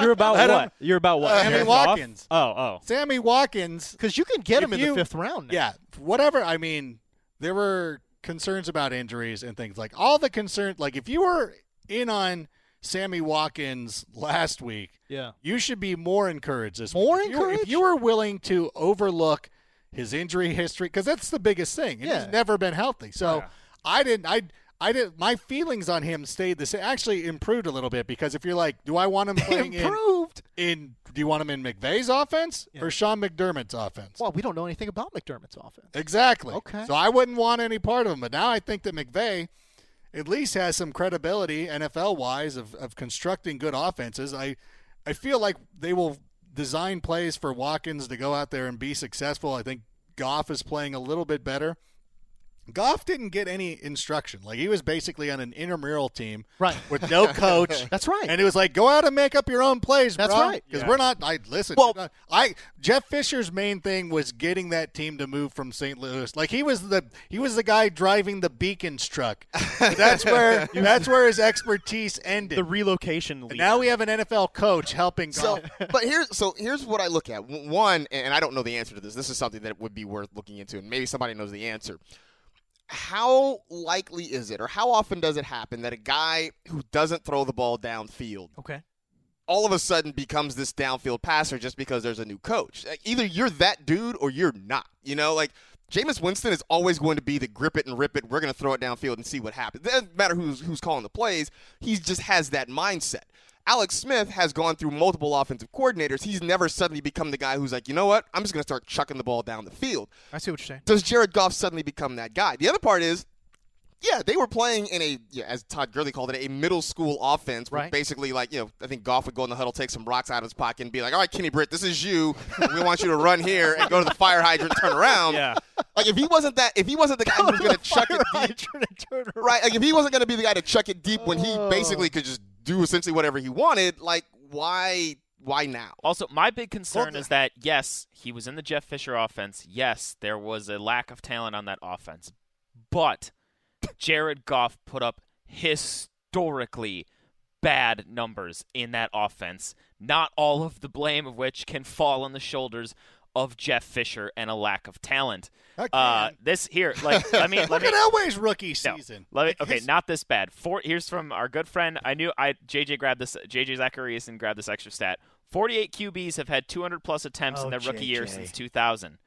[SPEAKER 2] You're about
[SPEAKER 5] I don't-
[SPEAKER 2] what? You're about what?
[SPEAKER 5] Uh, Sammy
[SPEAKER 2] Jared Goff?
[SPEAKER 5] Watkins.
[SPEAKER 2] Oh, oh.
[SPEAKER 5] Sammy Watkins.
[SPEAKER 1] Because you can get him
[SPEAKER 5] If
[SPEAKER 1] in
[SPEAKER 5] you-
[SPEAKER 1] the fifth round. Now.
[SPEAKER 5] Yeah, whatever. I mean, there were concerns about injuries and things like all the concern. Like if you were in on Sammy Watkins last week,
[SPEAKER 1] Yeah.
[SPEAKER 5] you should be more encouraged this
[SPEAKER 1] More
[SPEAKER 5] week. If you were-
[SPEAKER 1] encouraged?
[SPEAKER 5] if you were willing to overlook his injury history, because that's the biggest thing. And
[SPEAKER 1] Yeah.
[SPEAKER 5] He's never been healthy, so I didn't. I I didn't. My feelings on him stayed the same. Actually, improved a little bit because if you're like, do I want him playing in,
[SPEAKER 1] Improved.
[SPEAKER 5] in? Do you want him in McVay's offense or Sean McDermott's offense?
[SPEAKER 1] Well, we don't know anything about McDermott's offense.
[SPEAKER 5] Exactly.
[SPEAKER 1] Okay.
[SPEAKER 5] So I wouldn't want any part of him. But now I think that McVay at least has some credibility NFL wise of, of constructing good offenses. I I feel like they will design plays for Watkins to go out there and be successful. I think Goff is playing a little bit better. Goff didn't get any instruction. Like he was basically on an intramural team
[SPEAKER 1] Right.
[SPEAKER 5] with no coach.
[SPEAKER 1] That's right.
[SPEAKER 5] And it was like, go out and make up your own plays,
[SPEAKER 1] That's
[SPEAKER 5] bro.
[SPEAKER 1] right.
[SPEAKER 5] Because
[SPEAKER 2] Yeah.
[SPEAKER 5] we're not. I listen.
[SPEAKER 1] Well-
[SPEAKER 5] you're not- I Jeff Fisher's main thing was getting that team to move from St. Louis. Like he was the he was the guy driving the Beacons truck. That's where that's where his expertise ended.
[SPEAKER 2] The relocation leader.
[SPEAKER 5] and now we have an NFL coach helping.
[SPEAKER 4] So,
[SPEAKER 5] Goff.
[SPEAKER 4] but here's so here's what I look at. W- One, and I don't know the answer to this. This is something that would be worth looking into, and maybe somebody knows the answer. How likely is it, or how often does it happen that a guy who doesn't throw the ball downfield
[SPEAKER 1] Okay.
[SPEAKER 4] all of a sudden becomes this downfield passer just because there's a new coach. Like, Either you're that dude or you're not. You know, like Jameis Winston is always going to be the grip it and rip it. We're going to throw it downfield and see what happens. doesn't matter who's who's calling the plays. He just has that mindset. Alex Smith has gone through multiple offensive coordinators. He's never suddenly become the guy who's like, you know what? I'm just going to start chucking the ball down the field.
[SPEAKER 1] I see what you're saying.
[SPEAKER 4] Does Jared Goff suddenly become that guy? The other part is, yeah, they were playing in a, yeah, as Todd Gurley called it, a middle school offense. where
[SPEAKER 1] Right.
[SPEAKER 4] Basically, like, you know, I think Goff would go in the huddle, take some rocks out of his pocket, and be like, all right, Kenny Britt, this is you. We want you to run here and go to the fire hydrant, turn around.
[SPEAKER 2] Yeah.
[SPEAKER 4] Like, if he wasn't that, if he wasn't the guy who was going to chuck it deep, right? Like, if he wasn't going to be the guy to chuck it deep when he basically could just do essentially whatever he wanted, like, why, why now?
[SPEAKER 3] Also, my big concern is that yes, he was in the Jeff Fisher offense. Yes, there was a lack of talent on that offense, but Jared Goff put up historically bad numbers in that offense. Not all of the blame of which can fall on the shoulders of Jeff Fisher and a lack of talent.
[SPEAKER 5] That
[SPEAKER 3] Uh,
[SPEAKER 5] can.
[SPEAKER 3] this here, like, let me let
[SPEAKER 5] Look
[SPEAKER 3] me
[SPEAKER 5] at Elway's rookie
[SPEAKER 3] no.
[SPEAKER 5] season.
[SPEAKER 3] Let me, okay, not this bad. Four. Here's from our good friend. I knew I JJ grabbed this. JJ Zacharias and grabbed this extra stat. 48 QBs have had 200 plus attempts in
[SPEAKER 1] Oh,
[SPEAKER 3] their rookie year
[SPEAKER 1] JJ.
[SPEAKER 3] since 2000.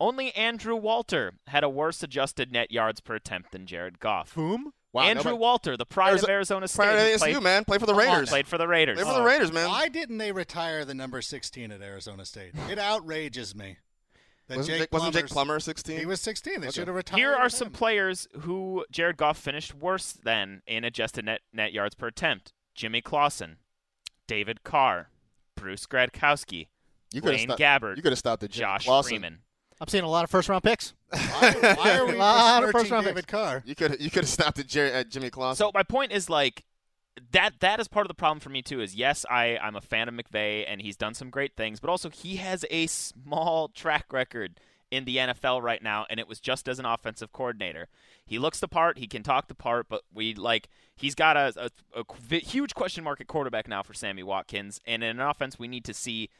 [SPEAKER 3] Only Andrew Walter had a worse adjusted net yards per attempt than Jared Goff.
[SPEAKER 2] Whom?
[SPEAKER 4] Wow,
[SPEAKER 3] Andrew
[SPEAKER 4] nobody-
[SPEAKER 3] Walter, the pride of Arizona State,
[SPEAKER 4] Prior
[SPEAKER 3] who
[SPEAKER 4] to
[SPEAKER 3] played,
[SPEAKER 4] ASU, man, play for the
[SPEAKER 5] on,
[SPEAKER 4] Raiders.
[SPEAKER 3] played for the Raiders.
[SPEAKER 4] Play for the Raiders, man.
[SPEAKER 5] Why didn't they retire the number 16 at Arizona State? It outrages me. That
[SPEAKER 4] Wasn't Jake, wasn't Jake
[SPEAKER 5] Plummer's-
[SPEAKER 4] Plummer 16?
[SPEAKER 5] He was 16. They
[SPEAKER 4] Okay.
[SPEAKER 5] should have retired.
[SPEAKER 3] Here are some
[SPEAKER 5] him.
[SPEAKER 3] players who Jared Goff finished worse than in adjusted net, net yards per attempt: Jimmy Clausen, David Carr, Bruce Gradkowski,
[SPEAKER 4] you coulda
[SPEAKER 3] Blaine
[SPEAKER 4] stopped-
[SPEAKER 3] Gabbert,
[SPEAKER 4] You could have stopped at Jake
[SPEAKER 3] Josh
[SPEAKER 4] Lawson.
[SPEAKER 3] Freeman.
[SPEAKER 1] I'm seeing a lot of first round picks.
[SPEAKER 5] Why, why are we
[SPEAKER 1] Lot of
[SPEAKER 5] besmirching
[SPEAKER 1] first-round
[SPEAKER 5] David Carr?
[SPEAKER 4] You could you could have stopped at, Jerry, at Jimmy Clausen.
[SPEAKER 3] So my point is like that that is part of the problem for me too is yes I I'm a fan of McVay and he's done some great things but also he has a small track record in the NFL right now and it was just as an offensive coordinator. He looks the part, he can talk the part, but we like he's got a, a, a qu- huge question mark at quarterback now for Sammy Watkins and in an offense we need to see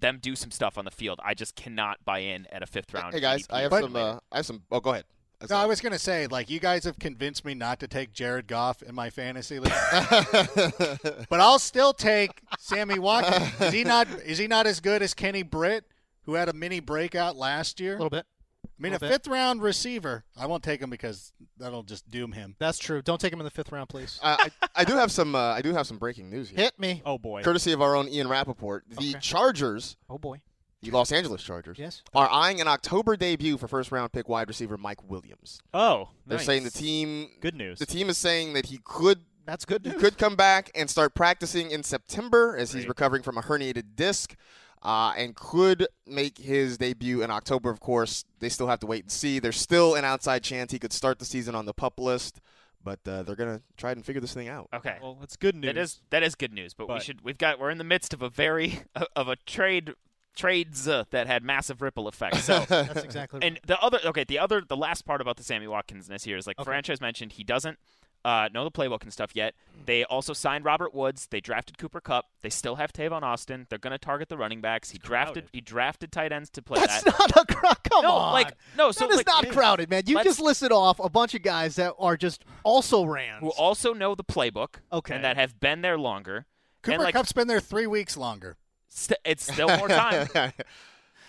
[SPEAKER 3] them do some stuff on the field. I just cannot buy in at a fifth round.
[SPEAKER 4] Hey guys,
[SPEAKER 3] ADP.
[SPEAKER 4] I have
[SPEAKER 5] But-
[SPEAKER 4] some. Uh, I have some. Oh, go ahead.
[SPEAKER 5] No, I was gonna say, like, you guys have convinced me not to take Jared Goff in my fantasy league, but I'll still take Sammy Watkins. Is he not? Is he not as good as Kenny Britt, who had a mini breakout last year?
[SPEAKER 1] A little bit.
[SPEAKER 5] I mean, a
[SPEAKER 1] little bit.
[SPEAKER 5] fifth round receiver. I won't take him because that'll just doom him.
[SPEAKER 1] That's true. Don't take him in the fifth round, please.
[SPEAKER 4] Uh, I, I do have some. Uh, I do have some breaking news here,
[SPEAKER 1] Hit me.
[SPEAKER 2] Oh boy.
[SPEAKER 4] courtesy of our own Ian Rappaport. The
[SPEAKER 1] Okay.
[SPEAKER 4] Chargers
[SPEAKER 1] Oh boy.
[SPEAKER 4] The Los Angeles Chargers
[SPEAKER 1] Yes.
[SPEAKER 4] are eyeing an October debut for first round pick wide receiver Mike Williams.
[SPEAKER 2] Oh,
[SPEAKER 4] They're
[SPEAKER 2] nice.
[SPEAKER 4] saying the team
[SPEAKER 2] Good news.
[SPEAKER 4] the team is saying that he could
[SPEAKER 1] That's good
[SPEAKER 4] he
[SPEAKER 1] news.
[SPEAKER 4] could come back and start practicing in September as he's
[SPEAKER 2] Great.
[SPEAKER 4] recovering from a herniated disc. Uh, and could make his debut in October. Of course, they still have to wait and see. There's still an outside chance he could start the season on the pup list, but uh, they're gonna try and figure this thing out.
[SPEAKER 3] Okay.
[SPEAKER 2] Well, that's good news.
[SPEAKER 3] That is that is good news, but, we
[SPEAKER 2] But-
[SPEAKER 3] should we've got we're in the midst of a very of a trade trades uh, that had massive ripple effects. So
[SPEAKER 1] That's exactly right.
[SPEAKER 3] and the other okay, the other the last part about the Sammy Watkinsness here is like franchise mentioned he doesn't uh, know the playbook and stuff yet. They also signed Robert Woods. They drafted Cooper Cup. They still have Tavon Austin. They're going to target the running backs. He drafted
[SPEAKER 2] crowded.
[SPEAKER 3] he drafted tight ends to play
[SPEAKER 1] That's
[SPEAKER 3] that.
[SPEAKER 1] not a crowd. Come
[SPEAKER 3] no,
[SPEAKER 1] on.
[SPEAKER 3] like no, so
[SPEAKER 1] that is
[SPEAKER 3] like,
[SPEAKER 1] not crowded, man. You
[SPEAKER 3] let's-
[SPEAKER 1] just listed off a bunch of guys that are just also ran.
[SPEAKER 3] who also know the playbook
[SPEAKER 1] Okay.
[SPEAKER 3] and that have been there longer.
[SPEAKER 5] Cooper
[SPEAKER 3] and like
[SPEAKER 5] Cup's been there three weeks longer.
[SPEAKER 3] st- it's still more time.
[SPEAKER 1] I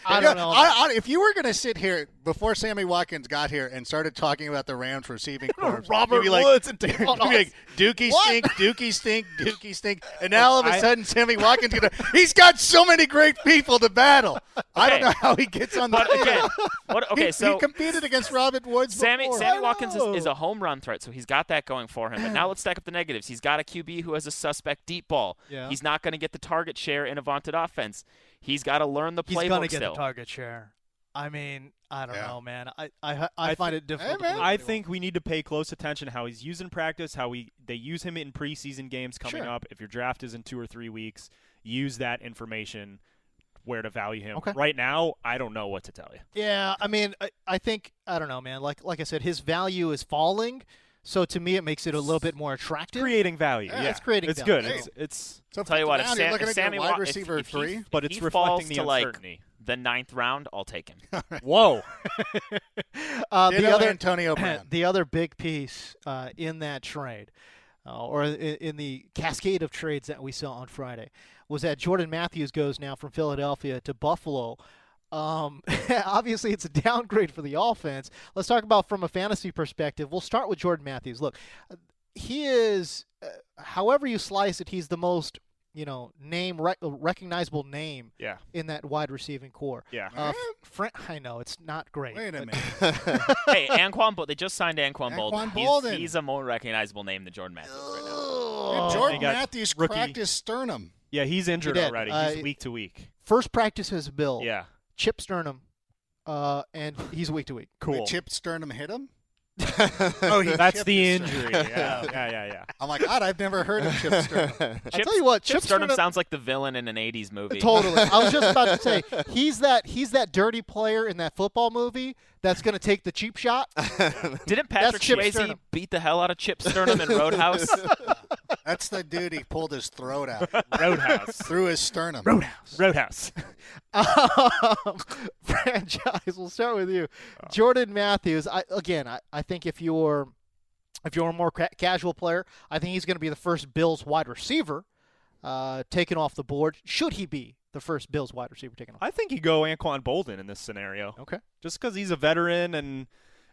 [SPEAKER 5] You
[SPEAKER 1] don't know.
[SPEAKER 5] I, I, if you were going to sit here before Sammy Watkins got here and started talking about the Rams receiving corps,
[SPEAKER 1] Robert
[SPEAKER 5] you'd be like,
[SPEAKER 1] Woods and
[SPEAKER 5] you'd be
[SPEAKER 1] Darren
[SPEAKER 5] like, Dookie
[SPEAKER 1] What?
[SPEAKER 5] stink, Dookie stink, Dookie stink, and now all of a
[SPEAKER 2] I-
[SPEAKER 5] sudden Sammy Watkins gonna, he's got so many great people to battle. I don't
[SPEAKER 3] Okay.
[SPEAKER 5] know how he gets on the
[SPEAKER 3] But
[SPEAKER 5] field.
[SPEAKER 3] again, what,
[SPEAKER 5] He-
[SPEAKER 3] okay, so
[SPEAKER 5] he competed against Robert Woods.
[SPEAKER 3] Sammy
[SPEAKER 5] before.
[SPEAKER 3] Sammy Watkins is, is a home run threat, so he's got that going for him. But now let's stack up the negatives. He's got a QB who has a suspect deep ball.
[SPEAKER 1] Yeah.
[SPEAKER 3] He's not going to get the target share in a vaunted offense. He's got to learn the
[SPEAKER 1] He's
[SPEAKER 3] playbook
[SPEAKER 1] gonna get
[SPEAKER 3] still.
[SPEAKER 1] the target share. I mean, I don't
[SPEAKER 5] Yeah.
[SPEAKER 1] know, man. I I, I
[SPEAKER 2] I
[SPEAKER 1] find
[SPEAKER 2] think-
[SPEAKER 1] it difficult. to
[SPEAKER 5] Hey, man.
[SPEAKER 1] believe
[SPEAKER 2] I
[SPEAKER 1] they
[SPEAKER 2] think we need to pay close attention how he's used in practice, how we they use him in preseason games coming
[SPEAKER 1] Sure.
[SPEAKER 2] up. If your draft is in two or three weeks, use that information where to value him.
[SPEAKER 1] Okay.
[SPEAKER 2] Right now, I don't know what to tell you.
[SPEAKER 1] Yeah, I mean, I, I think I don't know, man. Like like I said, his value is falling, so to me, it makes it a little bit more attractive.
[SPEAKER 2] Creating value.
[SPEAKER 5] Yeah,
[SPEAKER 2] Yeah,
[SPEAKER 1] it's creating
[SPEAKER 2] It's
[SPEAKER 1] value.
[SPEAKER 2] good.
[SPEAKER 5] Hey.
[SPEAKER 2] It's, it's
[SPEAKER 5] So
[SPEAKER 3] Tell you what, if,
[SPEAKER 5] down,
[SPEAKER 3] Sam-
[SPEAKER 5] you're looking
[SPEAKER 3] if
[SPEAKER 5] at
[SPEAKER 3] Sammy
[SPEAKER 5] your wide
[SPEAKER 3] Wa- if-
[SPEAKER 5] receiver
[SPEAKER 3] if he-
[SPEAKER 5] three.
[SPEAKER 3] if
[SPEAKER 2] But
[SPEAKER 3] he
[SPEAKER 2] it's
[SPEAKER 3] falls
[SPEAKER 2] reflecting the
[SPEAKER 3] to like
[SPEAKER 2] uncertainty.
[SPEAKER 3] the ninth round. I'll take him.
[SPEAKER 2] whoa.
[SPEAKER 1] Uh,
[SPEAKER 5] Ditto
[SPEAKER 1] the other
[SPEAKER 5] Antonio Brown.
[SPEAKER 1] the other big piece uh, in that trade, uh, or in, in the cascade of trades that we saw on Friday, was that Jordan Matthews goes now from Philadelphia to Buffalo. Um, obviously, it's a downgrade for the offense. Let's talk about from a fantasy perspective. We'll start with Jordan Matthews. Look, he is, uh, however you slice it, he's the most you know name rec- recognizable name
[SPEAKER 2] Yeah.
[SPEAKER 1] in that wide receiving core.
[SPEAKER 2] Yeah.
[SPEAKER 1] Uh, Fran- I know it's not great.
[SPEAKER 5] Wait a
[SPEAKER 1] but-
[SPEAKER 5] minute.
[SPEAKER 3] hey, Anquan Bold. They just signed Anquan Bold.
[SPEAKER 5] Anquan
[SPEAKER 3] He's-
[SPEAKER 5] Bolden.
[SPEAKER 3] He's, a more recognizable name than Jordan Matthews right now.
[SPEAKER 1] Oh.
[SPEAKER 5] Dude, Jordan
[SPEAKER 2] They got
[SPEAKER 5] Matthews
[SPEAKER 2] rookie-
[SPEAKER 5] cracked his sternum.
[SPEAKER 2] Yeah, he's injured
[SPEAKER 1] did.
[SPEAKER 2] already.
[SPEAKER 1] Uh,
[SPEAKER 2] he's week to week.
[SPEAKER 1] First practice is Bill.
[SPEAKER 2] Yeah.
[SPEAKER 1] Chip sternum, uh, and he's week to week.
[SPEAKER 2] Cool.
[SPEAKER 5] Wait, Chip Sternum hit him.
[SPEAKER 4] oh,
[SPEAKER 5] he
[SPEAKER 2] That's
[SPEAKER 5] chipped
[SPEAKER 2] the
[SPEAKER 5] his
[SPEAKER 2] injury.
[SPEAKER 5] sternum.
[SPEAKER 2] yeah. Yeah. Yeah. Yeah.
[SPEAKER 5] I'm like, God, I've never heard of Chip Sternum.
[SPEAKER 1] I
[SPEAKER 3] Chip-
[SPEAKER 1] tell you what,
[SPEAKER 3] Chip
[SPEAKER 1] Chip
[SPEAKER 3] Sternum
[SPEAKER 1] Sternum-
[SPEAKER 3] sounds like the villain in an '80s movie.
[SPEAKER 1] Totally. I was just about to say he's that he's that dirty player in that football movie that's going to take the cheap shot.
[SPEAKER 3] Didn't
[SPEAKER 1] That's
[SPEAKER 3] Patrick
[SPEAKER 1] Chip
[SPEAKER 3] Swayze
[SPEAKER 1] Sternum.
[SPEAKER 3] beat the hell out of Chip Sternum in Roadhouse?
[SPEAKER 5] That's the dude he pulled his throat out
[SPEAKER 2] Roadhouse.
[SPEAKER 5] through his sternum.
[SPEAKER 2] Roadhouse.
[SPEAKER 1] Um, franchise. We'll start with you,
[SPEAKER 2] Oh.
[SPEAKER 1] Jordan Matthews. I again, I, I think if you're if you're a more ca- casual player, I think he's going to be the first Bills wide receiver uh, taken off the board. Should he be the first Bills wide receiver taken off?
[SPEAKER 2] I think you go Anquan Bolden in this scenario.
[SPEAKER 1] Okay.
[SPEAKER 2] just because he's a veteran and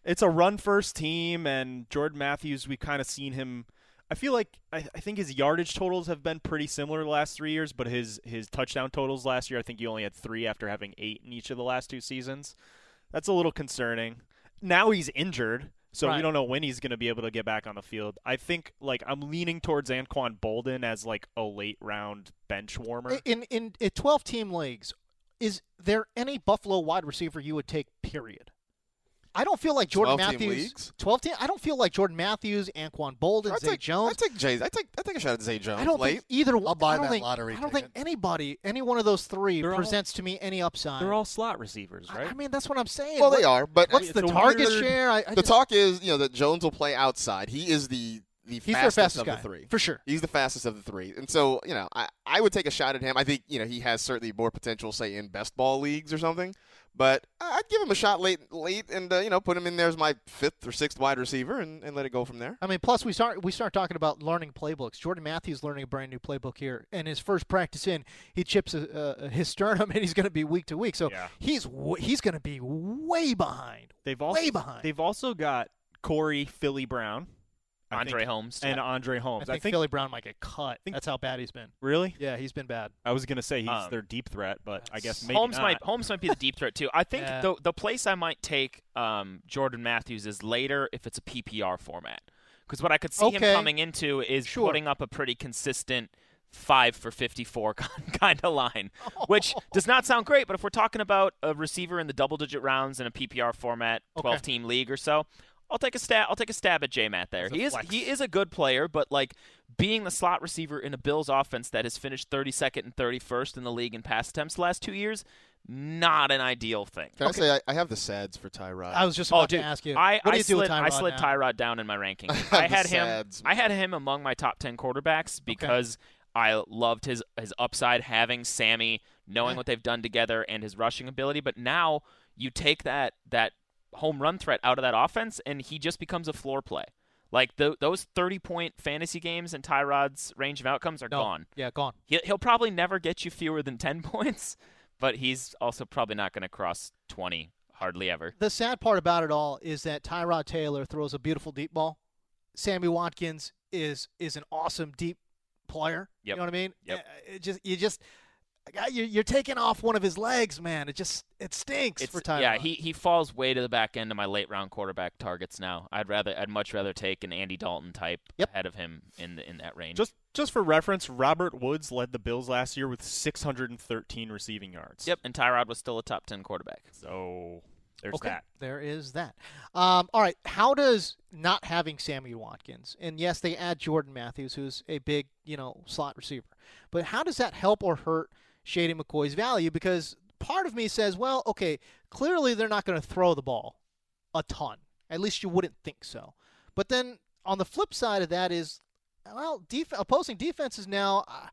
[SPEAKER 2] it's a run first team and jordan matthews we've kind of seen him i feel like I, I think his yardage totals have been pretty similar the last three years but his his touchdown totals last year i think he only had three after having eight in each of the last two seasons that's a little concerning now he's injured so
[SPEAKER 1] Right.
[SPEAKER 2] we don't know when he's going to be able to get back on the field. I think like I'm leaning towards Anquan Bolden as like a late round bench warmer.
[SPEAKER 1] In in in twelve team leagues, is there any Buffalo wide receiver you would take? Period. I don't feel like Jordan
[SPEAKER 4] 12 team
[SPEAKER 1] Matthews.
[SPEAKER 4] leagues?
[SPEAKER 1] Twelve team. I don't feel like Jordan Matthews, Anquan Bolden,
[SPEAKER 4] I
[SPEAKER 1] Zay
[SPEAKER 4] take I
[SPEAKER 1] Jones.
[SPEAKER 4] take Jay. I take I take a shot at Zay Jones.
[SPEAKER 1] I don't
[SPEAKER 4] late.
[SPEAKER 1] think either.
[SPEAKER 5] I'll
[SPEAKER 1] I
[SPEAKER 5] buy
[SPEAKER 1] don't
[SPEAKER 5] that
[SPEAKER 1] think,
[SPEAKER 5] lottery
[SPEAKER 1] I don't think
[SPEAKER 5] ticket.
[SPEAKER 1] anybody, any one of those 3
[SPEAKER 2] They're all-
[SPEAKER 1] presents to me any upside.
[SPEAKER 2] They're all slot receivers,
[SPEAKER 1] I-
[SPEAKER 2] right?
[SPEAKER 1] I, mean, that's what I'm saying.
[SPEAKER 4] well, they
[SPEAKER 1] What-
[SPEAKER 4] are, but
[SPEAKER 1] What's
[SPEAKER 2] It's
[SPEAKER 1] the
[SPEAKER 2] a
[SPEAKER 1] target
[SPEAKER 2] weird-
[SPEAKER 1] share? I, I
[SPEAKER 4] the
[SPEAKER 1] just-
[SPEAKER 4] talk is you know that Jones will play outside. He is the the
[SPEAKER 1] He's their
[SPEAKER 4] fastest,
[SPEAKER 1] fastest
[SPEAKER 4] of
[SPEAKER 1] guy
[SPEAKER 4] the three.
[SPEAKER 1] for sure.
[SPEAKER 4] He's the fastest of the three, and so you know, I, I would take a shot at him. I think you know he has certainly more potential, say in best ball leagues or something. But I- I'd give him a shot late, late, and uh, you know, put him in there as my fifth or sixth wide receiver, and, and let it go from there.
[SPEAKER 1] I mean, plus we start we start talking about learning playbooks. Jordan Matthews learning a brand new playbook here, and his first practice in, he chips a, uh, his sternum, and he's going to be week to week. So
[SPEAKER 2] Yeah.
[SPEAKER 1] he's w- he's going to be way behind.
[SPEAKER 2] They've also
[SPEAKER 1] way behind.
[SPEAKER 2] They've also got Corey Philly Brown I
[SPEAKER 3] Andre
[SPEAKER 2] think-
[SPEAKER 3] Holmes.
[SPEAKER 2] and Andre
[SPEAKER 1] I
[SPEAKER 2] Holmes.
[SPEAKER 1] think, Philly Brown might get cut.
[SPEAKER 2] think-
[SPEAKER 1] That's how bad he's been.
[SPEAKER 2] really.
[SPEAKER 1] Yeah, he's been bad.
[SPEAKER 2] I was gonna say he's
[SPEAKER 3] Um,
[SPEAKER 2] their deep threat, but I guess maybe
[SPEAKER 3] Holmes
[SPEAKER 2] not.
[SPEAKER 3] might Holmes might be the deep threat too. I think
[SPEAKER 1] Yeah.
[SPEAKER 3] the the place I might take um, Jordan Matthews is later if it's a PPR format, because what I could see
[SPEAKER 1] Okay.
[SPEAKER 3] him coming into is
[SPEAKER 1] Sure.
[SPEAKER 3] putting up a pretty consistent five for fifty four kind of line, which does not sound great. But if we're talking about a receiver in the double digit rounds in a PPR format,
[SPEAKER 1] Okay.
[SPEAKER 3] twelve team league or so. I'll take a stab. I'll take a stab at J Matt there.
[SPEAKER 2] As a
[SPEAKER 3] He is
[SPEAKER 2] flex.
[SPEAKER 3] he is a good player, but like being the slot receiver in a Bills offense that has finished 32nd and 31st in the league in pass attempts the last two years, not an ideal thing.
[SPEAKER 4] Can I say I, I have the sads for Tyrod?
[SPEAKER 1] I was just
[SPEAKER 3] Oh,
[SPEAKER 1] about
[SPEAKER 3] dude,
[SPEAKER 1] to ask you.
[SPEAKER 3] I,
[SPEAKER 1] what do
[SPEAKER 3] I
[SPEAKER 1] you
[SPEAKER 3] slid,
[SPEAKER 1] do with Tyrod
[SPEAKER 3] I slid
[SPEAKER 1] now?
[SPEAKER 3] Tyrod down in my ranking.
[SPEAKER 4] have
[SPEAKER 3] I had
[SPEAKER 4] the
[SPEAKER 3] him.
[SPEAKER 4] sads,
[SPEAKER 3] I had him among my top 10 quarterbacks because I loved his his upside, having Sammy, knowing
[SPEAKER 1] Okay.
[SPEAKER 3] what they've done together, and his rushing ability. But now you take that that home run threat out of that offense, and he just becomes a floor play. Like tho- those 30 point fantasy games and Tyrod's range of outcomes are
[SPEAKER 1] No.
[SPEAKER 3] gone.
[SPEAKER 1] Yeah, gone.
[SPEAKER 3] He, he'll probably never get you fewer than 10 points, but he's also probably not going to cross 20 hardly ever.
[SPEAKER 1] The sad part about it all is that Tyrod Taylor throws a beautiful deep ball. Sammy Watkins is is an awesome deep player. You
[SPEAKER 3] Yep.
[SPEAKER 1] know what I mean?
[SPEAKER 3] Yep.
[SPEAKER 1] Uh, It just you just God, you're, you're taking off one of his legs, man. It just it stinks for Tyrod.
[SPEAKER 3] Yeah, he, he falls way to the back end of my late round quarterback targets now. I'd rather I'd much rather take an Andy Dalton type
[SPEAKER 1] Yep.
[SPEAKER 3] ahead of him in the, in that range.
[SPEAKER 2] Just just for reference, Robert Woods led the Bills last year with 613 receiving yards.
[SPEAKER 3] yep, and Tyrod was still a top ten quarterback.
[SPEAKER 2] So there's
[SPEAKER 1] okay.
[SPEAKER 2] that.
[SPEAKER 1] There is that. Um, all right. How does not having Sammy Watkins and yes, they add Jordan Matthews, who's a big you know slot receiver, but how does that help or hurt Shady McCoy's value? Because part of me says, well, okay, clearly they're not going to throw the ball a ton. At least you wouldn't think so. But then on the flip side of that is, well, def- opposing defenses now. Uh,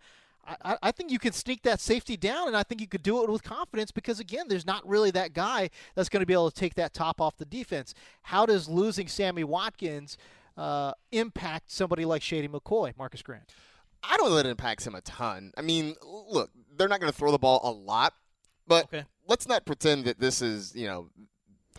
[SPEAKER 1] I, I- I think you can sneak that safety down, and I think you could do it with confidence because again, there's not really that guy that's going to be able to take that top off the defense. How does losing Sammy Watkins uh, impact somebody like Shady McCoy, Marcus Grant?
[SPEAKER 4] I don't know that it impacts him a ton. I mean, l- look, they're not going to throw the ball a lot, but
[SPEAKER 1] Okay.
[SPEAKER 4] let's not pretend that this is, you know,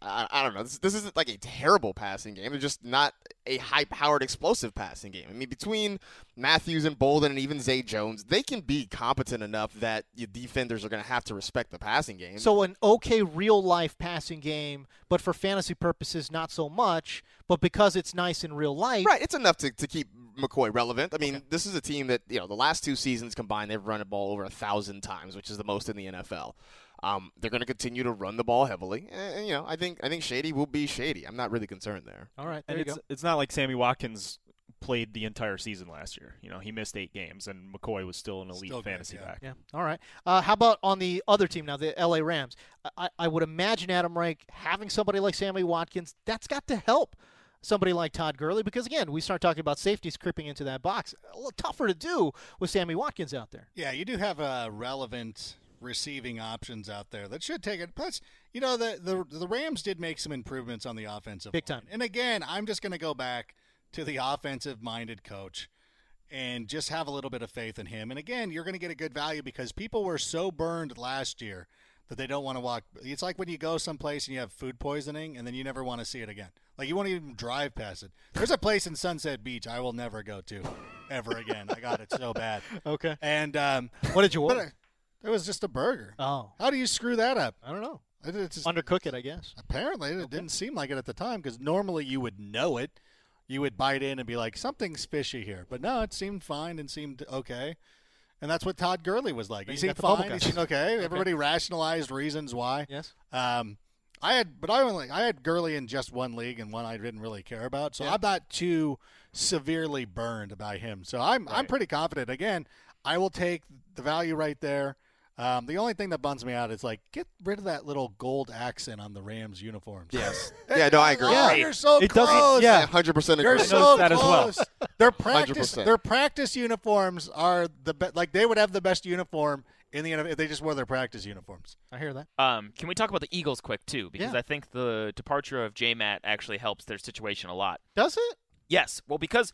[SPEAKER 4] I, I don't know. This, this isn't like a terrible passing game. It's just not a high powered, explosive passing game. I mean, between Matthews and Bolden and even Zay Jones, they can be competent enough that your defenders are going to have to respect the passing game.
[SPEAKER 1] So an okay real life passing game, but for fantasy purposes, not so much. But because it's nice in real life,
[SPEAKER 4] Right, it's enough to, to keep McCoy relevant. I mean, this is a team that you know the last two seasons combined they've run the ball over a thousand times, which is the most in the NFL. Um, they're going to continue to run the ball heavily, and, and, you know I think I think Shady will be Shady. I'm not really concerned there.
[SPEAKER 1] All right, there
[SPEAKER 2] And
[SPEAKER 1] you
[SPEAKER 2] it's
[SPEAKER 1] go.
[SPEAKER 2] it's not like Sammy Watkins played the entire season last year. You know, he missed eight games, and McCoy was still an elite
[SPEAKER 5] Still good,
[SPEAKER 2] fantasy
[SPEAKER 5] yeah.
[SPEAKER 2] back.
[SPEAKER 1] Yeah. All right. Uh, how about on the other team now, the LA Rams? I, I would imagine Adam Rank having somebody like Sammy Watkins, that's got to help somebody like Todd Gurley because, again, we start talking about safeties creeping into that box. A little tougher to do with Sammy Watkins out there.
[SPEAKER 5] Yeah, you do have uh, relevant receiving options out there that should take it. Plus, you know the the the Rams did make some improvements on the offensive
[SPEAKER 1] Big
[SPEAKER 5] line.
[SPEAKER 1] time.
[SPEAKER 5] And again, I'm just going to go back to the offensive minded coach and just have a little bit of faith in him. And again, you're going to get a good value because people were so burned last year that they don't want to walk. It's like when you go someplace and you have food poisoning and then you never want to see it again. Like you won't even drive past it. There's a place in Sunset Beach I will never go to ever again. I got it so bad.
[SPEAKER 1] Okay.
[SPEAKER 5] And um,
[SPEAKER 1] What did you
[SPEAKER 5] but
[SPEAKER 1] order?
[SPEAKER 5] it- it was just a burger.
[SPEAKER 1] Oh,
[SPEAKER 5] How do you screw that up?
[SPEAKER 1] I don't know.
[SPEAKER 5] It- It's just,
[SPEAKER 1] Undercook it, I guess.
[SPEAKER 5] apparently, it didn't seem like it at the time because normally you would know it. You would bite in and be like, something's fishy here. But no, it seemed fine and seemed okay. And that's what Todd Gurley was like.
[SPEAKER 1] Then
[SPEAKER 5] he
[SPEAKER 1] you
[SPEAKER 5] seemed
[SPEAKER 1] got the bubble
[SPEAKER 5] fine. He
[SPEAKER 1] guts.
[SPEAKER 5] seemed okay. Everybody rationalized reasons why.
[SPEAKER 1] Yes.
[SPEAKER 5] Um, I had, but I only I had Gurley in just one league and one I didn't really care about, so I'm not too severely burned by him. So I'm I'm pretty confident. Again, I will take the value right there. Um, the only thing that bums me out is like get rid of that little gold accent on the Rams uniforms. Yes.
[SPEAKER 4] Yeah, no, I agree.
[SPEAKER 5] Oh,
[SPEAKER 4] Right.
[SPEAKER 5] you're so
[SPEAKER 2] It doesn't-
[SPEAKER 5] close.
[SPEAKER 2] yeah.
[SPEAKER 4] I 100% agree.
[SPEAKER 5] You're
[SPEAKER 2] noticed
[SPEAKER 5] so
[SPEAKER 2] that as well.
[SPEAKER 5] close. Their practice,
[SPEAKER 4] 100%.
[SPEAKER 5] their practice uniforms are the be- like they would have the best uniform in the NFL if they just wore their practice uniforms.
[SPEAKER 1] I hear that.
[SPEAKER 3] Um, can we talk about the Eagles quick too? Because
[SPEAKER 1] Yeah.
[SPEAKER 3] I think the departure of J Matt actually helps their situation a lot.
[SPEAKER 1] Does it?
[SPEAKER 3] Yes, well, because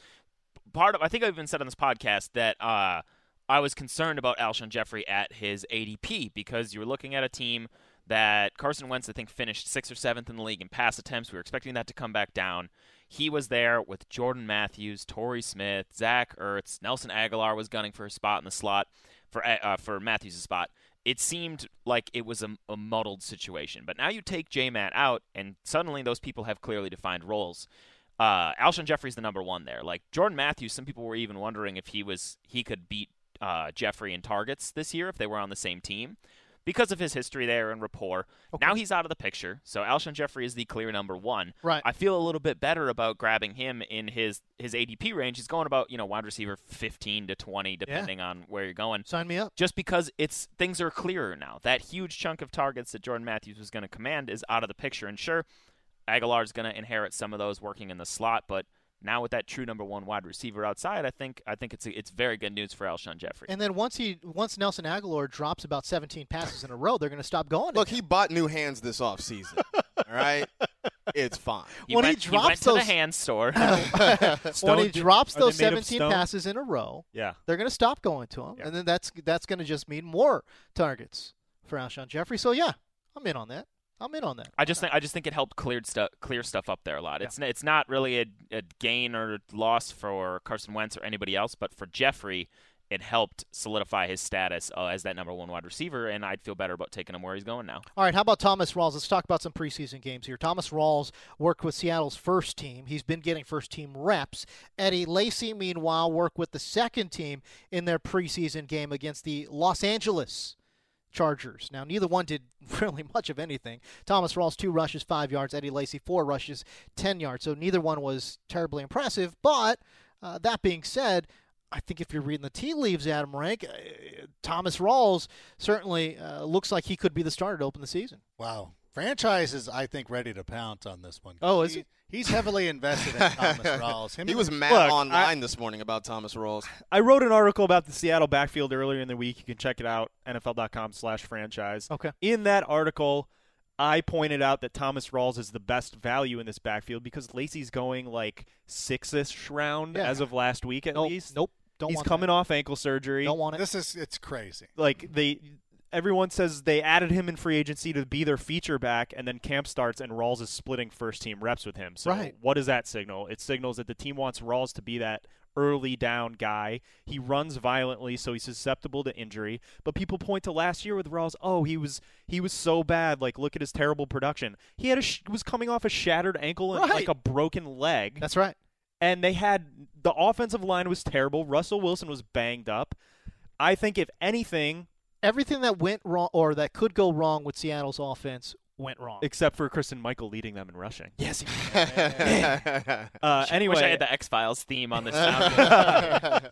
[SPEAKER 3] part of I think I've even said on this podcast that uh, I was concerned about Alshon Jeffrey at his ADP because you were looking at a team that Carson Wentz I think finished sixth or seventh in the league in pass attempts. We were expecting that to come back down. He was there with Jordan Matthews, Torrey Smith, Zach Ertz, Nelson Aguilar was gunning for a spot in the slot for uh, for Matthews' spot. It seemed like it was a, a muddled situation, but now you take J Matt out, and suddenly those people have clearly defined roles. Uh, Alshon Jeffrey's the number one there. Like Jordan Matthews, some people were even wondering if he was he could beat uh, Jeffrey in targets this year if they were on the same team because of his history there and rapport. Now he's out of the picture, so Alshon Jeffrey is the clear number one.
[SPEAKER 1] Right.
[SPEAKER 3] I feel a little bit better about grabbing him in his his ADP range. He's going about you know wide receiver 15 to 20 depending on where you're going.
[SPEAKER 1] Sign me up.
[SPEAKER 3] Just because it's things are clearer now. That huge chunk of targets that Jordan Matthews was going to command is out of the picture, and sure, Aguilar's going to inherit some of those working in the slot, but. Now with that true number one wide receiver outside, I think I think it's it's very good news for Alshon Jeffrey.
[SPEAKER 1] And then once he once Nelson Aguilar drops about 17 passes in a row, they're going to stop going.
[SPEAKER 4] Look, he bought new hands this offseason. all right? It's fine.
[SPEAKER 1] when
[SPEAKER 3] went-
[SPEAKER 1] he
[SPEAKER 3] he went
[SPEAKER 1] drops
[SPEAKER 3] to the
[SPEAKER 1] those
[SPEAKER 3] hand store.
[SPEAKER 1] when he
[SPEAKER 2] Stone-
[SPEAKER 1] drops
[SPEAKER 2] are they
[SPEAKER 1] those
[SPEAKER 2] made of
[SPEAKER 1] 17
[SPEAKER 2] stone?
[SPEAKER 1] passes in a row,
[SPEAKER 2] Yeah.
[SPEAKER 1] they're going to stop going to him, and then that's that's going to just mean more targets for Alshon Jeffrey. So yeah, I'm in on that. I'm in on that.
[SPEAKER 3] I just think I just think it helped cleared stuff clear stuff up there a lot. It's n- it's not really a, a gain or loss for Carson Wentz or anybody else, but for Jeffrey, it helped solidify his status uh, as that number one wide receiver, and I'd feel better about taking him where he's going now.
[SPEAKER 1] All right, how about Thomas Rawls? Let's talk about some preseason games here. Thomas Rawls worked with Seattle's first team. He's been getting first team reps. Eddie Lacy, meanwhile, worked with the second team in their preseason game against the Los Angeles Chargers. Now, neither one did really much of anything. Thomas Rawls, two rushes, five yards. Eddie Lacy, four rushes, 10 yards. So neither one was terribly impressive. But uh, that being said, I think if you're reading the tea leaves, Adam Rank, uh, Thomas Rawls certainly uh, looks like he could be the starter to open the season.
[SPEAKER 5] Wow. Franchise is, I think, ready to pounce on this one.
[SPEAKER 1] Oh, is he?
[SPEAKER 5] He's heavily invested in Thomas Rawls. Him
[SPEAKER 4] he
[SPEAKER 5] and-
[SPEAKER 4] was mad
[SPEAKER 2] Look, I-
[SPEAKER 4] online this morning about Thomas Rawls.
[SPEAKER 2] I wrote an article about the Seattle backfield earlier in the week. You can check it out, NFL.com slash franchise.
[SPEAKER 1] Okay.
[SPEAKER 2] In that article, I pointed out that Thomas Rawls is the best value in this backfield because Lacey's going like six-ish round
[SPEAKER 1] Yeah.
[SPEAKER 2] as of last week at
[SPEAKER 1] Nope.
[SPEAKER 2] least.
[SPEAKER 1] Nope. Don't
[SPEAKER 2] He's
[SPEAKER 1] want
[SPEAKER 2] coming
[SPEAKER 1] that.
[SPEAKER 2] off ankle surgery.
[SPEAKER 1] Don't want it.
[SPEAKER 5] This is it's crazy.
[SPEAKER 2] like they everyone says they added him in free agency to be their feature back and then camp starts and Rawls is splitting first team reps with him. So
[SPEAKER 1] Right.
[SPEAKER 2] what does that signal? It signals that the team wants Rawls to be that early down guy. He runs violently so he's susceptible to injury, but people point to last year with Rawls, "Oh, he was he was so bad. Like look at his terrible production. He had a sh- was coming off a shattered ankle and
[SPEAKER 1] Right.
[SPEAKER 2] like a broken leg."
[SPEAKER 1] That's right.
[SPEAKER 2] and they had the offensive line was terrible. Russell Wilson was banged up. I think if anything,
[SPEAKER 1] Everything that went wrong or that could go wrong with Seattle's offense went wrong.
[SPEAKER 2] except for Kristen Michael leading them in rushing.
[SPEAKER 3] Yes.
[SPEAKER 2] Uh, anyway,
[SPEAKER 3] Wish I had the X Files theme on this. sound.
[SPEAKER 2] uh,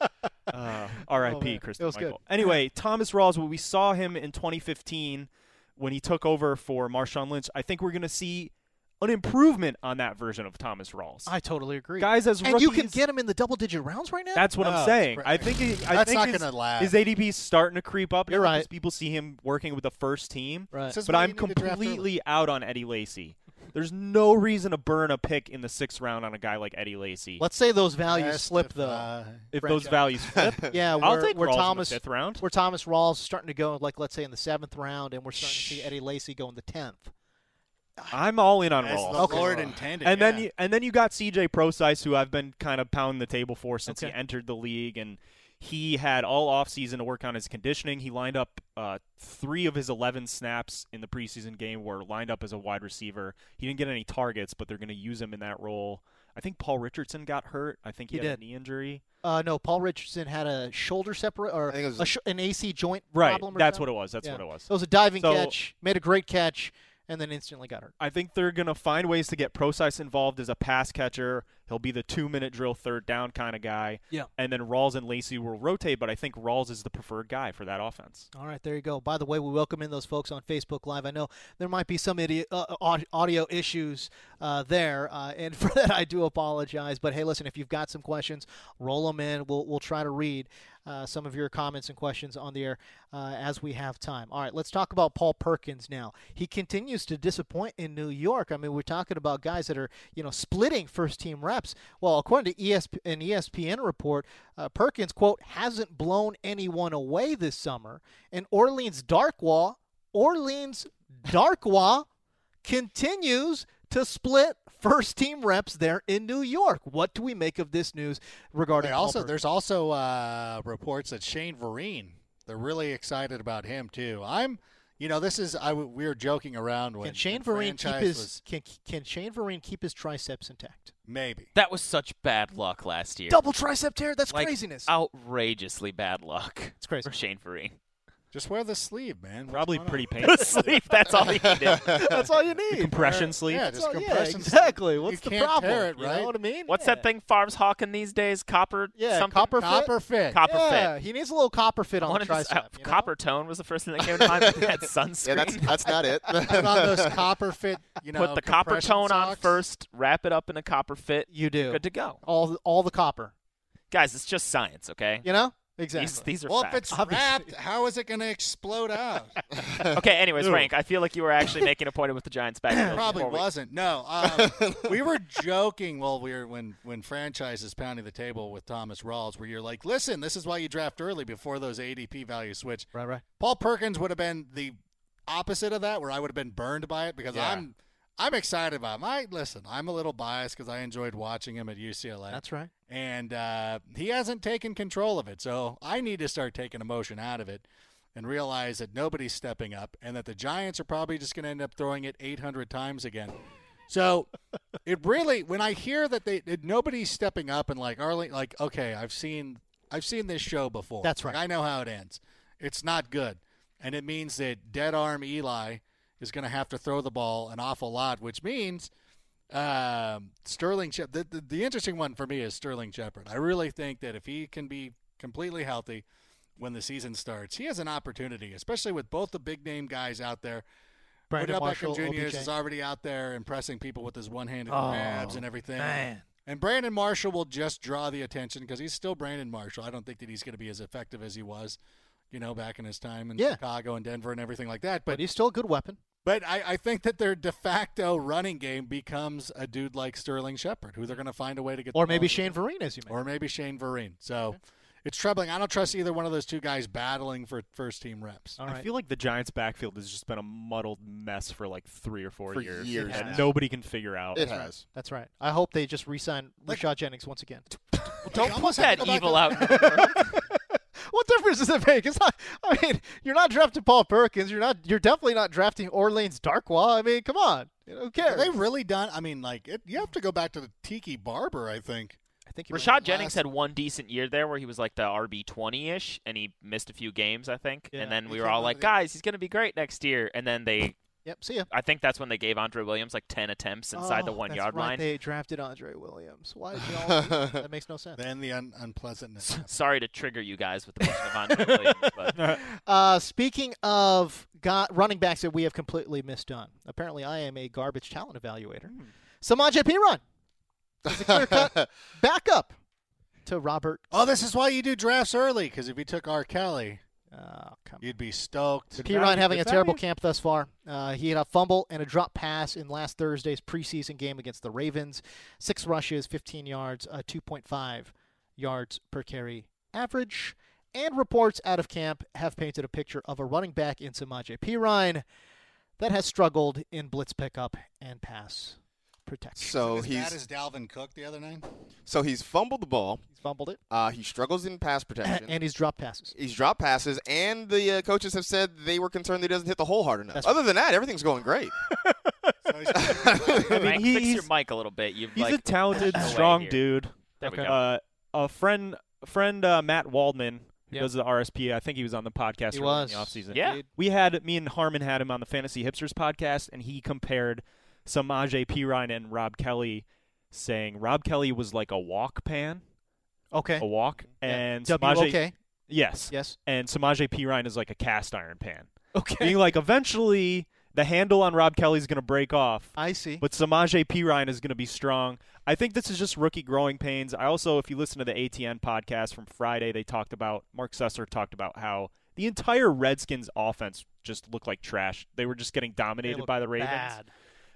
[SPEAKER 1] Oh,
[SPEAKER 2] R.I.P.
[SPEAKER 1] man.
[SPEAKER 2] Kristen
[SPEAKER 1] It was
[SPEAKER 2] Michael.
[SPEAKER 1] good.
[SPEAKER 2] Anyway, Thomas Rawls. When we saw him in 2015, when he took over for Marshawn Lynch, I think we're going to see an improvement on that version of Thomas Rawls.
[SPEAKER 1] I totally agree.
[SPEAKER 2] Guys, as
[SPEAKER 1] and you can
[SPEAKER 2] rookies-
[SPEAKER 1] get him in the double digit rounds right now?
[SPEAKER 2] That's what
[SPEAKER 5] Oh,
[SPEAKER 2] I'm
[SPEAKER 5] it's
[SPEAKER 2] saying.
[SPEAKER 5] cra-
[SPEAKER 2] I think he, I
[SPEAKER 5] That's
[SPEAKER 2] think
[SPEAKER 5] not
[SPEAKER 2] his,
[SPEAKER 5] gonna last.
[SPEAKER 2] His ADP's starting to creep up.
[SPEAKER 1] You're
[SPEAKER 2] now because
[SPEAKER 1] right.
[SPEAKER 2] People see him working with the first team.
[SPEAKER 1] right.
[SPEAKER 5] This is
[SPEAKER 2] but
[SPEAKER 5] why
[SPEAKER 2] I'm
[SPEAKER 5] you need to draft early.
[SPEAKER 2] completely out on Eddie Lacy. There's no reason to burn a pick in the sixth round on a guy like Eddie Lacy.
[SPEAKER 1] Let's say those values slip, though.
[SPEAKER 5] Testify.
[SPEAKER 2] if
[SPEAKER 1] Brett
[SPEAKER 2] those
[SPEAKER 1] Jones.
[SPEAKER 2] values flip,
[SPEAKER 1] Yeah,
[SPEAKER 2] I'll
[SPEAKER 1] where,
[SPEAKER 2] take
[SPEAKER 1] where
[SPEAKER 2] Rawls in the
[SPEAKER 1] Thomas
[SPEAKER 2] fifth round.
[SPEAKER 1] where Thomas Rawls is starting to go, like let's say in the seventh round, and we're starting to see Eddie Lacy go in the tenth.
[SPEAKER 2] I'm all in on
[SPEAKER 5] As
[SPEAKER 2] Rawls.
[SPEAKER 5] the Lord intended.
[SPEAKER 2] And then
[SPEAKER 5] yeah.
[SPEAKER 2] you, and then you got CJ Procyse, who I've been kind of pounding the table for since
[SPEAKER 1] Okay.
[SPEAKER 2] he entered the league, and he had all offseason to work on his conditioning. He lined up uh, three of his 11 snaps in the preseason game were lined up as a wide receiver. He didn't get any targets, but they're going to use him in that role. I think Paul Richardson got hurt. I think he,
[SPEAKER 1] He
[SPEAKER 2] had
[SPEAKER 1] did.
[SPEAKER 2] a knee injury.
[SPEAKER 1] Uh, no, Paul Richardson had a shoulder separate or
[SPEAKER 4] I think it was
[SPEAKER 1] a sh- an AC joint
[SPEAKER 2] Right,
[SPEAKER 1] problem. Or
[SPEAKER 2] that's
[SPEAKER 1] something.
[SPEAKER 2] what it was. That's
[SPEAKER 1] Yeah.
[SPEAKER 2] what it was.
[SPEAKER 1] It was a diving
[SPEAKER 2] So-
[SPEAKER 1] catch, made a great catch, and then instantly got hurt.
[SPEAKER 2] I think they're going to find ways to get Procyse involved as a pass catcher. He'll be the two minute drill, third down kind of guy.
[SPEAKER 1] Yeah.
[SPEAKER 2] And then Rawls and Lacey will rotate, but I think Rawls is the preferred guy for that offense.
[SPEAKER 1] All right, there you go. By the way, we welcome in those folks on Facebook Live. I know there might be some idiot, uh, au- audio issues uh, there, uh, and for that I do apologize. But hey, listen, if you've got some questions, roll them in. We'll we'll try to read uh, some of your comments and questions on the air uh, as we have time. All right, let's talk about Paul Perkins now. He continues to disappoint in New York. I mean, we're talking about guys that are you know splitting first team reps. Well, according to ESP, an E ESPN report, uh, Perkins quote hasn't blown anyone away this summer, and Orleans Darkwa, Orleans Darkwa, continues to split first team reps there in New York. What do we make of this news regarding
[SPEAKER 5] They also,
[SPEAKER 1] Culver?
[SPEAKER 5] there's also uh, reports that Shane Vereen, they're really excited about him too. I'm, you know, this is I w- we were joking around when
[SPEAKER 1] can Shane
[SPEAKER 5] the
[SPEAKER 1] Vereen keep
[SPEAKER 5] franchise
[SPEAKER 1] his
[SPEAKER 5] was-
[SPEAKER 1] can, can Shane Vereen keep his triceps intact?
[SPEAKER 5] maybe
[SPEAKER 3] That was such bad luck last year.
[SPEAKER 1] Double tricep tear? That's
[SPEAKER 3] Like,
[SPEAKER 1] craziness.
[SPEAKER 3] Outrageously bad luck.
[SPEAKER 1] It's crazy.
[SPEAKER 3] For Shane Vereen.
[SPEAKER 5] just wear the sleeve, man. What's
[SPEAKER 2] Probably
[SPEAKER 5] going on?
[SPEAKER 2] pretty painful.
[SPEAKER 3] The sleeve, that's all he needed.
[SPEAKER 1] That's all you need.
[SPEAKER 2] Compression sleeve.
[SPEAKER 5] Yeah, just
[SPEAKER 1] Well, yeah,
[SPEAKER 5] compression. sleeve.
[SPEAKER 1] exactly. What's
[SPEAKER 5] you
[SPEAKER 1] the
[SPEAKER 5] can't
[SPEAKER 1] problem?
[SPEAKER 5] Tear it,
[SPEAKER 1] You
[SPEAKER 5] right?
[SPEAKER 1] know what I mean?
[SPEAKER 3] What's
[SPEAKER 1] Yeah.
[SPEAKER 3] that thing Favre's hawking these days? Copper?
[SPEAKER 1] Yeah,
[SPEAKER 3] something?
[SPEAKER 1] copper fit.
[SPEAKER 5] Copper fit.
[SPEAKER 3] Copper
[SPEAKER 1] yeah,
[SPEAKER 3] fit.
[SPEAKER 1] he needs a little copper fit
[SPEAKER 3] I
[SPEAKER 1] on the
[SPEAKER 3] wanted to s-
[SPEAKER 1] tricep.
[SPEAKER 3] uh,
[SPEAKER 1] you know?
[SPEAKER 3] copper tone was the first thing that came to mind. but That sunscreen.
[SPEAKER 4] Yeah, that's that's not it.
[SPEAKER 5] Put on those copper fit, you know,
[SPEAKER 3] Put the copper
[SPEAKER 5] compression
[SPEAKER 3] tone on
[SPEAKER 5] socks.
[SPEAKER 3] first. Wrap it up in a copper fit.
[SPEAKER 1] You do
[SPEAKER 3] Good to go,
[SPEAKER 1] all the- all the copper.
[SPEAKER 3] guys. It's just science, okay?
[SPEAKER 1] You know
[SPEAKER 3] These,
[SPEAKER 1] exactly.
[SPEAKER 3] these are
[SPEAKER 5] Well, if
[SPEAKER 3] facts.
[SPEAKER 5] it's wrapped, how is it going to explode out?
[SPEAKER 3] okay, anyways,
[SPEAKER 2] Ew.
[SPEAKER 3] Frank, I feel like you were actually making a point with the Giants back.
[SPEAKER 5] Probably wasn't. No, um, we were joking while we were when when franchise is pounding the table with Thomas Rawls, where you're like, listen, this is why you draft early before those ADP values switch.
[SPEAKER 1] Right, right.
[SPEAKER 5] Paul Perkins would have been the opposite of that, where I would have been burned by it because
[SPEAKER 1] Yeah.
[SPEAKER 5] I'm I'm excited about him. I listen, I'm a little biased because I enjoyed watching him at UCLA,
[SPEAKER 1] That's right.
[SPEAKER 5] and uh, he hasn't taken control of it. So I need to start taking emotion out of it. And realize that nobody's stepping up, and that the Giants are probably just going to end up throwing it 800 times again. So it really, when I hear that they that nobody's stepping up and like Arlene, like okay, I've seen I've seen this show before.
[SPEAKER 1] That's
[SPEAKER 5] Like,
[SPEAKER 1] right.
[SPEAKER 5] I know how it ends. It's not good, and it means that dead arm Eli is going to have to throw the ball an awful lot, which means um, Sterling. Shep- The, the the interesting one for me is Sterling Shepard. I really think that if he can be completely healthy when the season starts, he has an opportunity, especially with both the big name guys out there.
[SPEAKER 1] Brandon
[SPEAKER 5] Odell
[SPEAKER 1] Marshall,
[SPEAKER 5] Beckham Jr.
[SPEAKER 1] OBJ.
[SPEAKER 5] is already out there impressing people with his one-handed
[SPEAKER 1] Oh,
[SPEAKER 5] grabs and everything.
[SPEAKER 1] man.
[SPEAKER 5] And Brandon Marshall will just draw the attention because he's still Brandon Marshall. I don't think that he's going to be as effective as he was, you know, back in his time in
[SPEAKER 1] Yeah.
[SPEAKER 5] Chicago and Denver and everything like that.
[SPEAKER 1] But,
[SPEAKER 5] But
[SPEAKER 1] he's still a good weapon.
[SPEAKER 5] but I, I think that their de facto running game becomes a dude like Sterling Shepard, who they're going to find a way to get. the
[SPEAKER 1] Or maybe
[SPEAKER 5] ball to.
[SPEAKER 1] Shane Vereen, as you mentioned.
[SPEAKER 5] Or maybe Shane Vereen. So it's troubling. I don't trust either one of those two guys battling for first team reps.
[SPEAKER 1] All
[SPEAKER 2] I
[SPEAKER 1] right.
[SPEAKER 2] feel like the Giants' backfield has just been a muddled mess for like three or four
[SPEAKER 4] For
[SPEAKER 2] years,
[SPEAKER 4] years
[SPEAKER 2] that
[SPEAKER 4] now.
[SPEAKER 2] nobody can figure out.
[SPEAKER 4] it has.
[SPEAKER 1] That's right. I hope they just re-sign Rashad Jennings once again.
[SPEAKER 5] Don't
[SPEAKER 3] Put that evil out.
[SPEAKER 1] What difference does it make? It's not. I mean, you're not drafting Paul Perkins. You're not. You're definitely not drafting Orleans Darkwa. I mean, come on. You know, Who cares?
[SPEAKER 5] Are they really done? I mean, like it, you have to go back to the Tiki Barber, I think.
[SPEAKER 1] I think he was-
[SPEAKER 3] Rashad Jennings
[SPEAKER 5] last-
[SPEAKER 3] had one decent year there where he was like the RB twenty ish, and he missed a few games, I think.
[SPEAKER 1] Yeah,
[SPEAKER 3] and then
[SPEAKER 5] he
[SPEAKER 3] we were
[SPEAKER 5] came out
[SPEAKER 3] all
[SPEAKER 5] of
[SPEAKER 3] like,
[SPEAKER 5] the-
[SPEAKER 3] "Guys, he's gonna be great next year." And then they,
[SPEAKER 1] Yep. See ya.
[SPEAKER 3] I think that's when they gave Andre Williams like ten attempts inside the
[SPEAKER 1] Oh,
[SPEAKER 3] one
[SPEAKER 1] that's
[SPEAKER 3] yard
[SPEAKER 1] right,
[SPEAKER 3] line.
[SPEAKER 1] They drafted Andre Williams. Why did y'all? do that? that makes no sense.
[SPEAKER 5] Then the un- unpleasantness.
[SPEAKER 3] Sorry to trigger you guys with the question of Andre Williams, but
[SPEAKER 1] Uh, speaking of got running backs that we have completely misdone, apparently I am a garbage talent evaluator.
[SPEAKER 5] Hmm.
[SPEAKER 1] Samaj Piran is a clear-cut backup to Robert.
[SPEAKER 5] oh, this is why you do drafts early because if you took R. Kelly,
[SPEAKER 1] Oh, come
[SPEAKER 5] you'd be stoked.
[SPEAKER 1] P. Ryan having a terrible camp thus far. Uh, he had a fumble and a drop pass in last Thursday's preseason game against the Ravens. Six rushes, 15 yards, uh, 2.5 yards per carry average. And reports out of camp have painted a picture of a running back in Samaje Perine that has struggled in blitz pickup and pass protection.
[SPEAKER 4] So
[SPEAKER 5] as bad
[SPEAKER 4] he's
[SPEAKER 5] as Dalvin Cook the other night.
[SPEAKER 4] so he's fumbled the ball.
[SPEAKER 1] He's fumbled it,
[SPEAKER 4] Uh, he struggles in pass protection.
[SPEAKER 1] and he's dropped passes.
[SPEAKER 4] He's dropped passes, and the uh, coaches have said they were concerned that he doesn't hit the hole hard enough.
[SPEAKER 1] That's-
[SPEAKER 4] Other than that, everything's going great.
[SPEAKER 5] So he's-
[SPEAKER 2] I mean,
[SPEAKER 3] Frank, fix your
[SPEAKER 2] he's-
[SPEAKER 3] mic a little bit. You've
[SPEAKER 2] He's
[SPEAKER 3] like
[SPEAKER 2] a talented,
[SPEAKER 3] away
[SPEAKER 2] strong
[SPEAKER 3] here.
[SPEAKER 2] dude.
[SPEAKER 3] There we go.
[SPEAKER 2] Uh, a friend, friend uh, Matt Waldman, who
[SPEAKER 1] Yeah.
[SPEAKER 2] does the RSP. I think he was on the podcast
[SPEAKER 1] He
[SPEAKER 2] earlier
[SPEAKER 1] was.
[SPEAKER 2] in the offseason.
[SPEAKER 3] Yeah.
[SPEAKER 2] We had me and Harmon had him on the Fantasy Hipsters podcast, and he compared Samaje Perine and Rob Kelly, saying Rob Kelly was like a walk pan,
[SPEAKER 1] Okay.
[SPEAKER 2] a walk,
[SPEAKER 1] Yeah.
[SPEAKER 2] and
[SPEAKER 1] W
[SPEAKER 2] Samaje
[SPEAKER 1] okay.
[SPEAKER 2] yes,
[SPEAKER 1] Yes.
[SPEAKER 2] and Samaje Perine is like a cast iron pan,
[SPEAKER 1] Okay.
[SPEAKER 2] being like eventually the handle on Rob Kelly's going to break off,
[SPEAKER 1] I see.
[SPEAKER 2] but Samaje Perine is going to be strong. I think this is just rookie growing pains. I also, if you listen to the ATN podcast from Friday, they talked about Mark Sessler talked about how the entire Redskins offense just looked like trash. They were just getting
[SPEAKER 1] They
[SPEAKER 2] dominated
[SPEAKER 1] look
[SPEAKER 2] by the Ravens.
[SPEAKER 1] bad.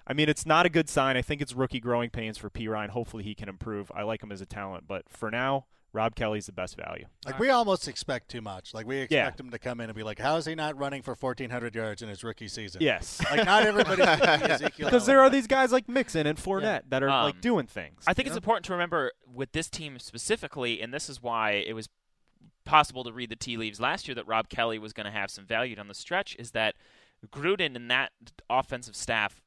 [SPEAKER 2] I mean, it's not a good sign. I think it's rookie growing pains for P. Ryan. Hopefully, he can improve. I like him as a talent, but for now, Rob Kelly's the best value.
[SPEAKER 5] Like we almost expect too much. Like we expect him to come in and be like, "How is he not running for 1,400 yards in his rookie season?"
[SPEAKER 2] Yes.
[SPEAKER 5] Like not everybody's gonna be Ezekiel.
[SPEAKER 2] Because there are these guys like Mixon and Fournette that are
[SPEAKER 3] Um,
[SPEAKER 2] like doing things.
[SPEAKER 3] I think
[SPEAKER 2] you
[SPEAKER 3] it's
[SPEAKER 2] know?
[SPEAKER 3] important to remember with this team specifically, and this is why it was possible to read the tea leaves last year that Rob Kelly was going to have some value down the stretch. Is that Gruden and that offensive staff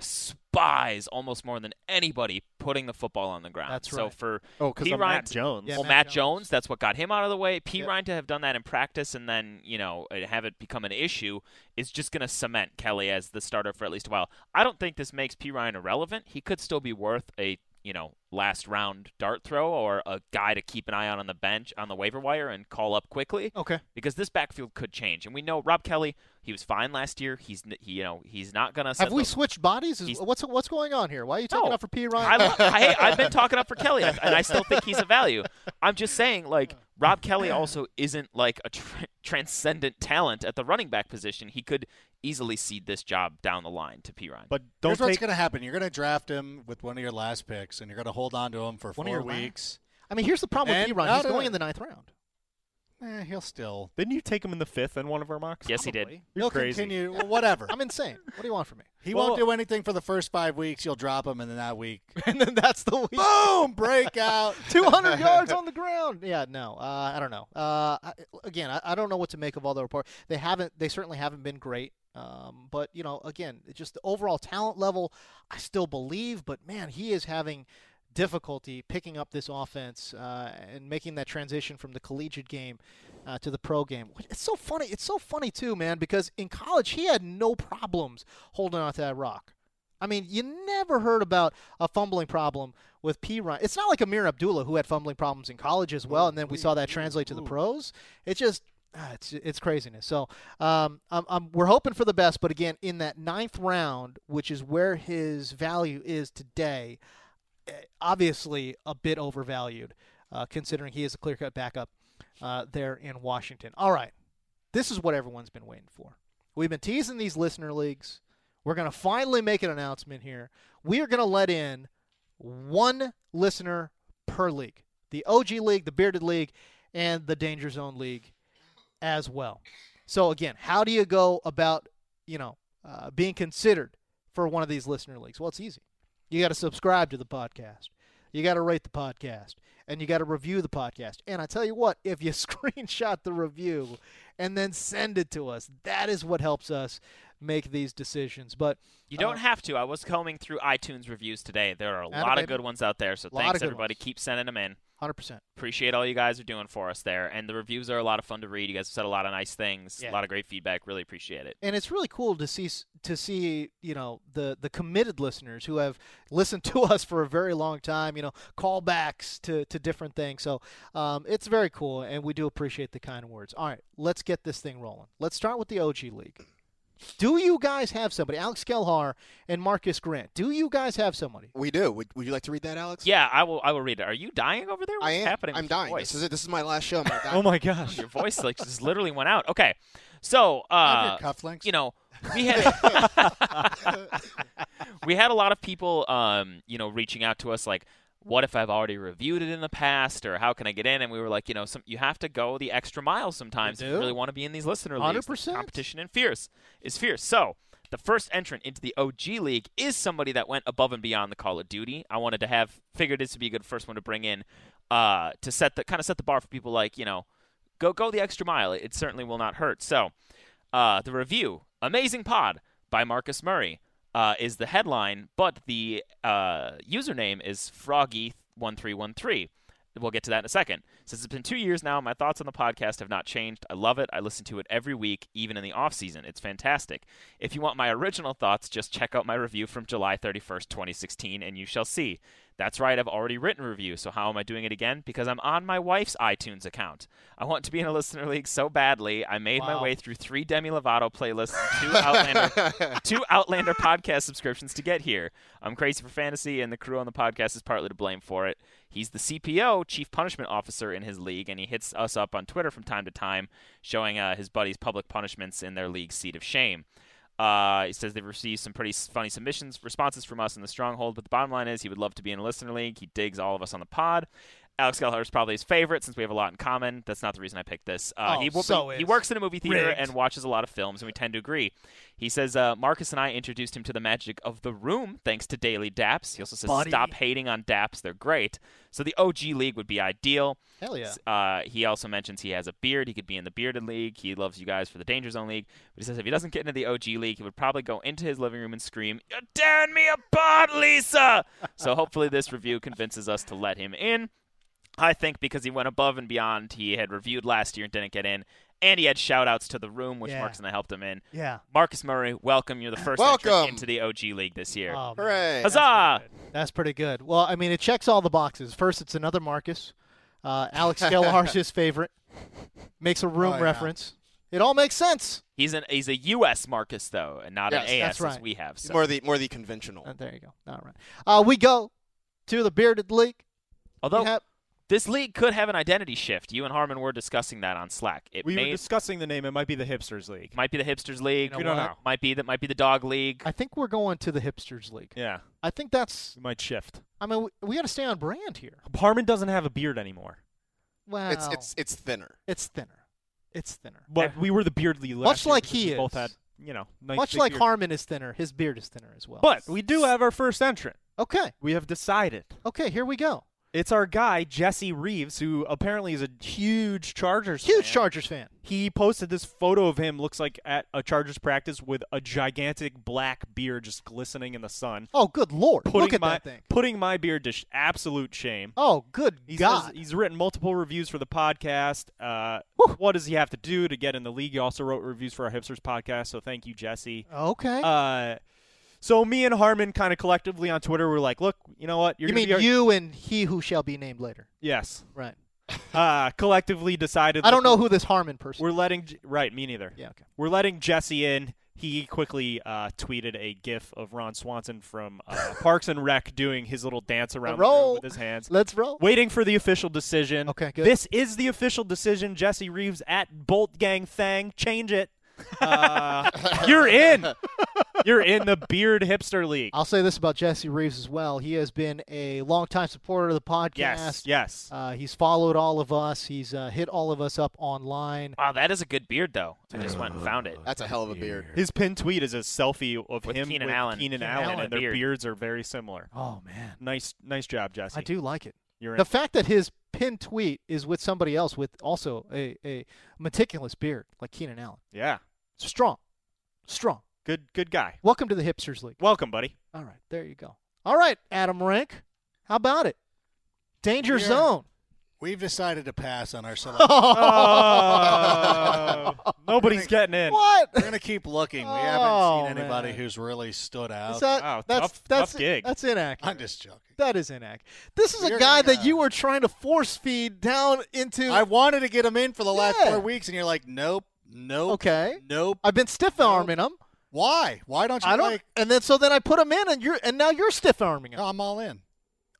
[SPEAKER 3] despise almost more than anybody putting the football on the ground.
[SPEAKER 2] That's
[SPEAKER 3] So
[SPEAKER 2] right.
[SPEAKER 3] for
[SPEAKER 2] Oh, 'cause
[SPEAKER 3] P.
[SPEAKER 2] of
[SPEAKER 3] Ryan
[SPEAKER 2] Matt Jones. Yeah,
[SPEAKER 3] well,
[SPEAKER 2] Matt
[SPEAKER 3] Matt Jones. that's what got him out of the way. P. Ryan to have done that in practice and then you know have it become an issue is just going to cement Kelly as the starter for at least a while. I don't think this makes P. Ryan irrelevant. He could still be worth a you know last round dart throw or a guy to keep an eye on on the bench on the waiver wire and call up quickly.
[SPEAKER 1] Okay.
[SPEAKER 3] Because this backfield could change, and we know Rob Kelly. He was fine last year. He's n- he, you know he's not going to.
[SPEAKER 1] Have we switched bodies? Is, what's what's going on here? Why are you talking up for P.
[SPEAKER 3] I
[SPEAKER 1] Ryan?
[SPEAKER 3] lo- I, hey, I've been talking up for Kelly, and I still think he's a value. I'm just saying, like Rob Kelly also isn't like a tr- transcendent talent at the running back position. He could easily cede this job down the line to Piron.
[SPEAKER 2] But
[SPEAKER 5] Here's what's going to happen. You're going to draft him with one of your last picks, and you're going to hold on to him for
[SPEAKER 1] One of
[SPEAKER 5] four
[SPEAKER 1] your last?
[SPEAKER 5] weeks.
[SPEAKER 1] I mean, here's the problem with
[SPEAKER 5] And-
[SPEAKER 1] P. Ryan.
[SPEAKER 5] no,
[SPEAKER 1] He's
[SPEAKER 5] no,
[SPEAKER 1] going
[SPEAKER 5] no.
[SPEAKER 1] in the ninth round.
[SPEAKER 5] Eh, he'll still.
[SPEAKER 2] Didn't you take him in the fifth in one of our mocks?
[SPEAKER 3] yes, he did.
[SPEAKER 2] You're
[SPEAKER 5] he'll
[SPEAKER 2] crazy.
[SPEAKER 5] continue. well, whatever.
[SPEAKER 1] I'm insane. What do you want from me?
[SPEAKER 5] He
[SPEAKER 2] Well-
[SPEAKER 5] won't do anything for the first five weeks. You'll drop him, and then that week,
[SPEAKER 1] and then that's the week.
[SPEAKER 5] boom, breakout.
[SPEAKER 1] 200 yards on the ground. Yeah, no, uh, I don't know. Uh, I, again, I, I don't know what to make of all the report. They haven't. They certainly haven't been great. Um, but you know, again, it's just the overall talent level, I still believe. But man, he is having difficulty picking up this offense uh, and making that transition from the collegiate game uh, to the pro game. What- It's so funny. It's so funny too, man. Because in college, he had no problems holding on to that rock. I mean, you never heard about a fumbling problem with P Ryan. It's not like Amir Abdullah who had fumbling problems in college as well, and then we saw that translate to the pros. It just ah, it's it's craziness. So um, I'm, I'm, we're hoping for the best, but again, in that ninth round, which is where his value is today, eh, obviously a bit overvalued, uh, considering he is a clear-cut backup uh, there in Washington. All right, this is what everyone's been waiting for. We've been teasing these listener leagues. We're going to finally make an announcement here. We are going to let in one listener per league the OG League, the Bearded League, and the Danger Zone League as well. So, again, how do you go about, you know, uh, being considered for one of these listener leagues? Well, it's easy. You got to subscribe to the podcast. You got to rate the podcast and you got to review the podcast. And I tell you what, if you screenshot the review and then send it to us, that is what helps us make these decisions. But
[SPEAKER 3] You don't
[SPEAKER 1] uh,
[SPEAKER 3] have to. I was combing through iTunes reviews today. There are a
[SPEAKER 1] Atta
[SPEAKER 3] lot of
[SPEAKER 1] baby.
[SPEAKER 3] good ones out there. So
[SPEAKER 1] Lot of
[SPEAKER 3] thanks
[SPEAKER 1] good
[SPEAKER 3] everybody.
[SPEAKER 1] ones.
[SPEAKER 3] Keep sending them in.
[SPEAKER 1] 100%.
[SPEAKER 3] Appreciate all you guys are doing for us there, and the reviews are a lot of fun to read. You guys have said a lot of nice things,
[SPEAKER 1] Yeah.
[SPEAKER 3] a lot of great feedback. Really appreciate it.
[SPEAKER 1] And it's really cool to see s- to see you know the the committed listeners who have listened to us for a very long time. You know, callbacks to to different things. So um, it's very cool, and we do appreciate the kind words. All right, let's get this thing rolling. Let's start with the OG League. Do you guys have somebody? Alex Kelhar and Marcus Grant. Do you guys have somebody?
[SPEAKER 4] We do. Would, would you like to read that, Alex?
[SPEAKER 3] Yeah, I will. I will read it. Are you dying over there? What's
[SPEAKER 4] I am.
[SPEAKER 3] happening?
[SPEAKER 4] I'm
[SPEAKER 3] with your
[SPEAKER 4] dying.
[SPEAKER 3] voice?
[SPEAKER 4] This is it. This is my last show. I'm dying.
[SPEAKER 2] Oh my gosh.
[SPEAKER 3] Your voice like just literally went out. Okay, so
[SPEAKER 5] Have
[SPEAKER 3] uh,
[SPEAKER 5] your cufflinks.
[SPEAKER 3] you know, we had we had a lot of people, um, you know, reaching out to us like, "What if I've already reviewed it in the past?" or "How can I get in?" And we were like, you know, some, you have to go the extra mile sometimes if you
[SPEAKER 1] do.
[SPEAKER 3] really want to be in these listener leagues. The
[SPEAKER 1] 100%.
[SPEAKER 3] competition and fierce is fierce. So. The first entrant into the OG League is somebody that went above and beyond the Call of Duty. I wanted to have figured this would be a good first one to bring in, uh, to set the kind of set the bar for people like you know, go go the extra mile. It certainly will not hurt. So, uh, the review, Amazing Pod by Marcus Murray, uh, is the headline, but the uh, username is Froggy1313. We'll get to that in a second. Since it's been two years now, my thoughts on the podcast have not changed. I love it. I listen to it every week, even in the off season. It's fantastic. If you want my original thoughts, just check out my review from July 31st, 2016, and you shall see. That's right, I've already written a review, so how am I doing it again? Because I'm on my wife's iTunes account. I want to be in a listener league so badly. I made my
[SPEAKER 1] Wow.
[SPEAKER 3] way through three Demi Lovato playlists, and two Outlander, two Outlander podcast subscriptions to get here. I'm crazy for fantasy, and the crew on the podcast is partly to blame for it. He's the CPO, chief punishment officer in his league, and he hits us up on Twitter from time to time, showing uh, his buddies public punishments in their league seat of shame. Uh, he says they've received some pretty s- funny submissions, responses from us in the Stronghold, but the bottom line is he would love to be in a listener league. He digs all of us on the pod. Alex Gallagher is probably his favorite since we have a lot in common. That's not the reason I picked this. Uh,
[SPEAKER 1] Oh,
[SPEAKER 3] he, wo-
[SPEAKER 1] so
[SPEAKER 3] he,
[SPEAKER 1] is.
[SPEAKER 3] works in a movie theater
[SPEAKER 1] Rigged.
[SPEAKER 3] and watches a lot of films, and we tend to agree. He says uh, Marcus and I introduced him to the magic of the room thanks to daily daps. He also says
[SPEAKER 1] Buddy.
[SPEAKER 3] stop hating on daps; they're great. So the OG league would be ideal.
[SPEAKER 1] Hell yeah.
[SPEAKER 3] S- uh, he also mentions he has a beard. He could be in the bearded league. He loves you guys for the danger zone league. But he says if he doesn't get into the OG league, he would probably go into his living room and scream, "You're tearing me apart, Lisa!" so hopefully this review convinces us to let him in. I think because he went above and beyond. He had reviewed last year and didn't get in, and he had shout outs to the room, which
[SPEAKER 1] Yeah.
[SPEAKER 3] Mark's and I helped him in.
[SPEAKER 1] Yeah.
[SPEAKER 3] Marcus Murray, welcome. You're the first
[SPEAKER 4] Welcome.
[SPEAKER 3] entrant into the OG league this year.
[SPEAKER 1] Oh, man.
[SPEAKER 4] Hooray!
[SPEAKER 3] Huzzah!
[SPEAKER 1] That's pretty good. Well, I mean, it checks all the boxes. First, it's another Marcus. Uh, Alex Gellhart's his favorite. Makes a room
[SPEAKER 5] Oh, yeah.
[SPEAKER 1] reference. It all makes sense.
[SPEAKER 3] He's an he's a US Marcus though, and not
[SPEAKER 4] Yes,
[SPEAKER 3] an AS
[SPEAKER 1] that's right.
[SPEAKER 3] as we have. So.
[SPEAKER 4] More the more the conventional.
[SPEAKER 1] Uh, there you go. All right. Uh, we go to the bearded leak.
[SPEAKER 3] Although
[SPEAKER 1] we have,
[SPEAKER 3] this league could have an identity shift. You and Harmon were discussing that on Slack. It
[SPEAKER 2] we
[SPEAKER 3] may
[SPEAKER 2] were discussing the name. It might be the Hipsters League.
[SPEAKER 3] might be the hipsters league.
[SPEAKER 2] You know We don't what? know.
[SPEAKER 3] Might be that might be the dog league.
[SPEAKER 1] I think we're going to the hipsters league.
[SPEAKER 2] Yeah,
[SPEAKER 1] I think that's.
[SPEAKER 2] we might shift.
[SPEAKER 1] I mean, we, we got to stay on brand here.
[SPEAKER 2] Harmon doesn't have a beard anymore,
[SPEAKER 1] Wow.
[SPEAKER 4] It's it's it's thinner.
[SPEAKER 1] It's thinner. It's thinner.
[SPEAKER 2] but we were the bearded league. last
[SPEAKER 1] Much
[SPEAKER 2] year
[SPEAKER 1] like
[SPEAKER 2] because we
[SPEAKER 1] he
[SPEAKER 2] both
[SPEAKER 1] is.
[SPEAKER 2] had you know nice
[SPEAKER 1] Much
[SPEAKER 2] big
[SPEAKER 1] like
[SPEAKER 2] beard.
[SPEAKER 1] Harmon is thinner, his beard is thinner as well.
[SPEAKER 2] But we do have our first entrant.
[SPEAKER 1] Okay.
[SPEAKER 2] We have decided.
[SPEAKER 1] Okay. Here we go.
[SPEAKER 2] It's our guy Jesse Reeves, who apparently is a huge Chargers.
[SPEAKER 1] Huge
[SPEAKER 2] fan.
[SPEAKER 1] Chargers fan.
[SPEAKER 2] He posted this photo of him, looks like at a Chargers practice with a gigantic black beard just glistening in the sun.
[SPEAKER 1] Oh, good lord!
[SPEAKER 2] Putting
[SPEAKER 1] Look at
[SPEAKER 2] my
[SPEAKER 1] that thing.
[SPEAKER 2] putting my beard to sh- absolute shame.
[SPEAKER 1] Oh, good
[SPEAKER 2] He
[SPEAKER 1] god!
[SPEAKER 2] says he's written multiple reviews for the podcast. Uh, what does he have to do to get in the league? He also wrote reviews for our hipsters podcast, so thank you, Jesse.
[SPEAKER 1] okay.
[SPEAKER 2] Uh, so me and Harmon kind of collectively on Twitter were like, "Look, you know what? You're
[SPEAKER 1] you
[SPEAKER 2] gonna
[SPEAKER 1] mean
[SPEAKER 2] be our-
[SPEAKER 1] you and he who shall be named later?
[SPEAKER 2] yes."
[SPEAKER 1] Right.
[SPEAKER 2] Uh, collectively decided.
[SPEAKER 1] I don't know
[SPEAKER 2] look,
[SPEAKER 1] who this Harmon person.
[SPEAKER 2] We're letting J- right me neither.
[SPEAKER 1] yeah. Okay.
[SPEAKER 2] We're letting Jesse in. He quickly uh, tweeted a GIF of Ron Swanson from uh, Parks and Rec doing his little dance around the
[SPEAKER 1] Roll.
[SPEAKER 2] room with his hands.
[SPEAKER 1] Let's roll.
[SPEAKER 2] Waiting for the official decision.
[SPEAKER 1] Okay, good.
[SPEAKER 2] This is the official decision. Jesse Reeves at Bolt Gang Thang. Change it. Uh, you're in. You're in the Beard Hipster League.
[SPEAKER 1] I'll say this about Jesse Reeves as well. He has been a longtime supporter of the podcast.
[SPEAKER 2] yes. Yes.
[SPEAKER 1] Uh, he's followed all of us. He's uh, hit all of us up online.
[SPEAKER 3] Wow, that is a good beard though. I just went and found it.
[SPEAKER 4] That's a hell of a beard.
[SPEAKER 2] His pinned tweet is a selfie of
[SPEAKER 3] With
[SPEAKER 2] him
[SPEAKER 3] Keenan
[SPEAKER 2] with
[SPEAKER 3] Allen.
[SPEAKER 2] Keenan
[SPEAKER 3] Keenan
[SPEAKER 2] Allen,
[SPEAKER 3] Allen
[SPEAKER 2] and their
[SPEAKER 3] beard.
[SPEAKER 2] beards are very similar.
[SPEAKER 1] Oh man,
[SPEAKER 2] Nice, nice job, Jesse.
[SPEAKER 1] I do like it.
[SPEAKER 2] You're in.
[SPEAKER 1] The fact that his pinned tweet is with somebody else with also a, a meticulous beard like Keenan Allen.
[SPEAKER 2] yeah.
[SPEAKER 1] Strong, strong.
[SPEAKER 2] Good, good guy.
[SPEAKER 1] Welcome to the hipsters league.
[SPEAKER 2] Welcome, buddy.
[SPEAKER 1] All right, there you go. All right, Adam Rank, how about it? Danger
[SPEAKER 5] Yeah.
[SPEAKER 1] zone.
[SPEAKER 5] We've decided to pass on our selection.
[SPEAKER 2] Oh, nobody's getting in.
[SPEAKER 1] What?
[SPEAKER 5] We're gonna keep looking. We
[SPEAKER 1] Oh,
[SPEAKER 5] haven't seen anybody
[SPEAKER 1] man.
[SPEAKER 5] who's really stood out.
[SPEAKER 1] Is that,
[SPEAKER 2] wow,
[SPEAKER 1] that's
[SPEAKER 2] tough-
[SPEAKER 1] that's
[SPEAKER 2] tough gig.
[SPEAKER 1] that's inaccurate.
[SPEAKER 5] I'm just joking.
[SPEAKER 1] That is inaccurate. This is a
[SPEAKER 5] We're
[SPEAKER 1] guy that
[SPEAKER 5] gonna-
[SPEAKER 1] you were trying to force feed down into.
[SPEAKER 5] I wanted to get him in for the last
[SPEAKER 1] Yeah.
[SPEAKER 5] four weeks, and you're like, nope, nope,
[SPEAKER 1] Okay.
[SPEAKER 5] nope.
[SPEAKER 1] I've been stiff arming him.
[SPEAKER 5] Why? Why don't you
[SPEAKER 1] I don't.
[SPEAKER 5] like?
[SPEAKER 1] and then so then I put him in, and you're and now you're stiff arming him.
[SPEAKER 5] No, I'm all in.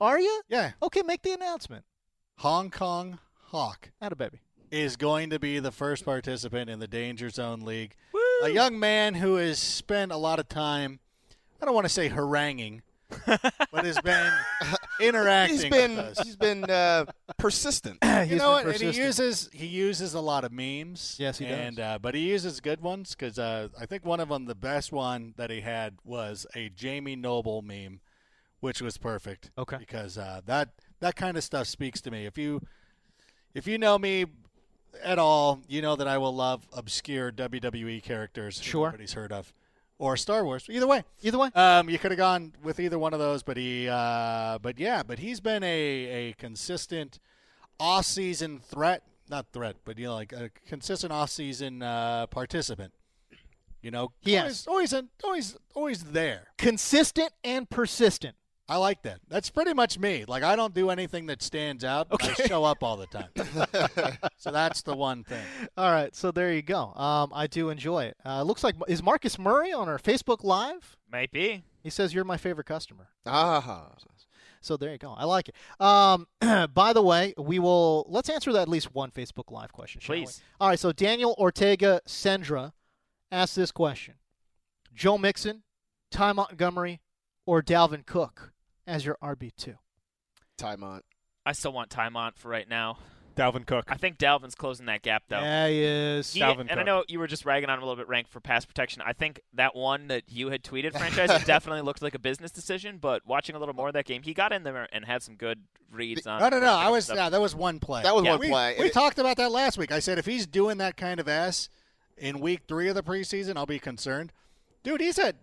[SPEAKER 1] Are you?
[SPEAKER 5] Yeah,
[SPEAKER 1] Okay, make the announcement.
[SPEAKER 5] Hong Kong Hawk
[SPEAKER 1] Atta baby.
[SPEAKER 5] is going to be the first participant in the Danger Zone League. A young man who has spent a lot of time. I don't want to say haranguing, but has been interacting.
[SPEAKER 4] He's been
[SPEAKER 5] with us.
[SPEAKER 4] he's been uh, persistent.
[SPEAKER 5] you
[SPEAKER 1] He's
[SPEAKER 5] know
[SPEAKER 1] been
[SPEAKER 5] what? And he
[SPEAKER 1] persistent.
[SPEAKER 5] uses he uses a lot of memes.
[SPEAKER 1] Yes, he does.
[SPEAKER 5] and, Uh, but he uses good ones because uh, I think one of them, the best one that he had was a Jamie Noble meme, which was perfect.
[SPEAKER 1] Okay.
[SPEAKER 5] because uh, that that kind of stuff speaks to me. If you if you know me at all, you know that I will love obscure WWE characters who
[SPEAKER 1] Sure.
[SPEAKER 5] nobody's heard of, or Star Wars. Either way,
[SPEAKER 1] Either way.
[SPEAKER 5] um, you could have gone with either one of those, but he, uh, but yeah, but he's been a, a consistent off-season threat, not threat, but you know, like a consistent off-season uh, participant. You know,
[SPEAKER 1] He
[SPEAKER 5] always,
[SPEAKER 1] has.
[SPEAKER 5] always, in- always, always there.
[SPEAKER 1] Consistent and persistent.
[SPEAKER 5] I like that. That's pretty much me. Like I don't do anything that stands out. but I show up all the time. so that's the one thing.
[SPEAKER 1] All right, so there you go. Um, I do enjoy it. Uh, looks like is Marcus Murray on our Facebook Live.
[SPEAKER 3] Maybe.
[SPEAKER 1] He says you're my favorite customer.
[SPEAKER 4] Ah,
[SPEAKER 1] So there you go. I like it. Um, by the way, we will let's answer that at least one Facebook Live question, shall we?
[SPEAKER 3] Please.
[SPEAKER 1] All right. So Daniel Ortega Sendra asked this question: Joe Mixon, Ty Montgomery, or Dalvin Cook as your RB2.
[SPEAKER 4] Tymont.
[SPEAKER 3] I still want Tymont for right now.
[SPEAKER 2] Dalvin Cook.
[SPEAKER 3] I think Dalvin's closing that gap though.
[SPEAKER 1] Yeah, he is.
[SPEAKER 3] He-
[SPEAKER 2] Dalvin
[SPEAKER 3] and I
[SPEAKER 2] Cook.
[SPEAKER 3] know you were just ragging on him a little bit, rank for pass protection. I think that one that you had tweeted, franchise, it definitely looked like a business decision. But watching a little more of that game, he got in there and had some good reads on.
[SPEAKER 5] No, no, no. I was
[SPEAKER 3] stuff.
[SPEAKER 5] no, that was one play.
[SPEAKER 4] That was
[SPEAKER 3] Yeah.
[SPEAKER 4] one
[SPEAKER 5] we,
[SPEAKER 4] play.
[SPEAKER 5] we
[SPEAKER 4] It-
[SPEAKER 5] talked about that last week. I said if he's doing that kind of ass in week three of the preseason, I'll be concerned. Dude, he's a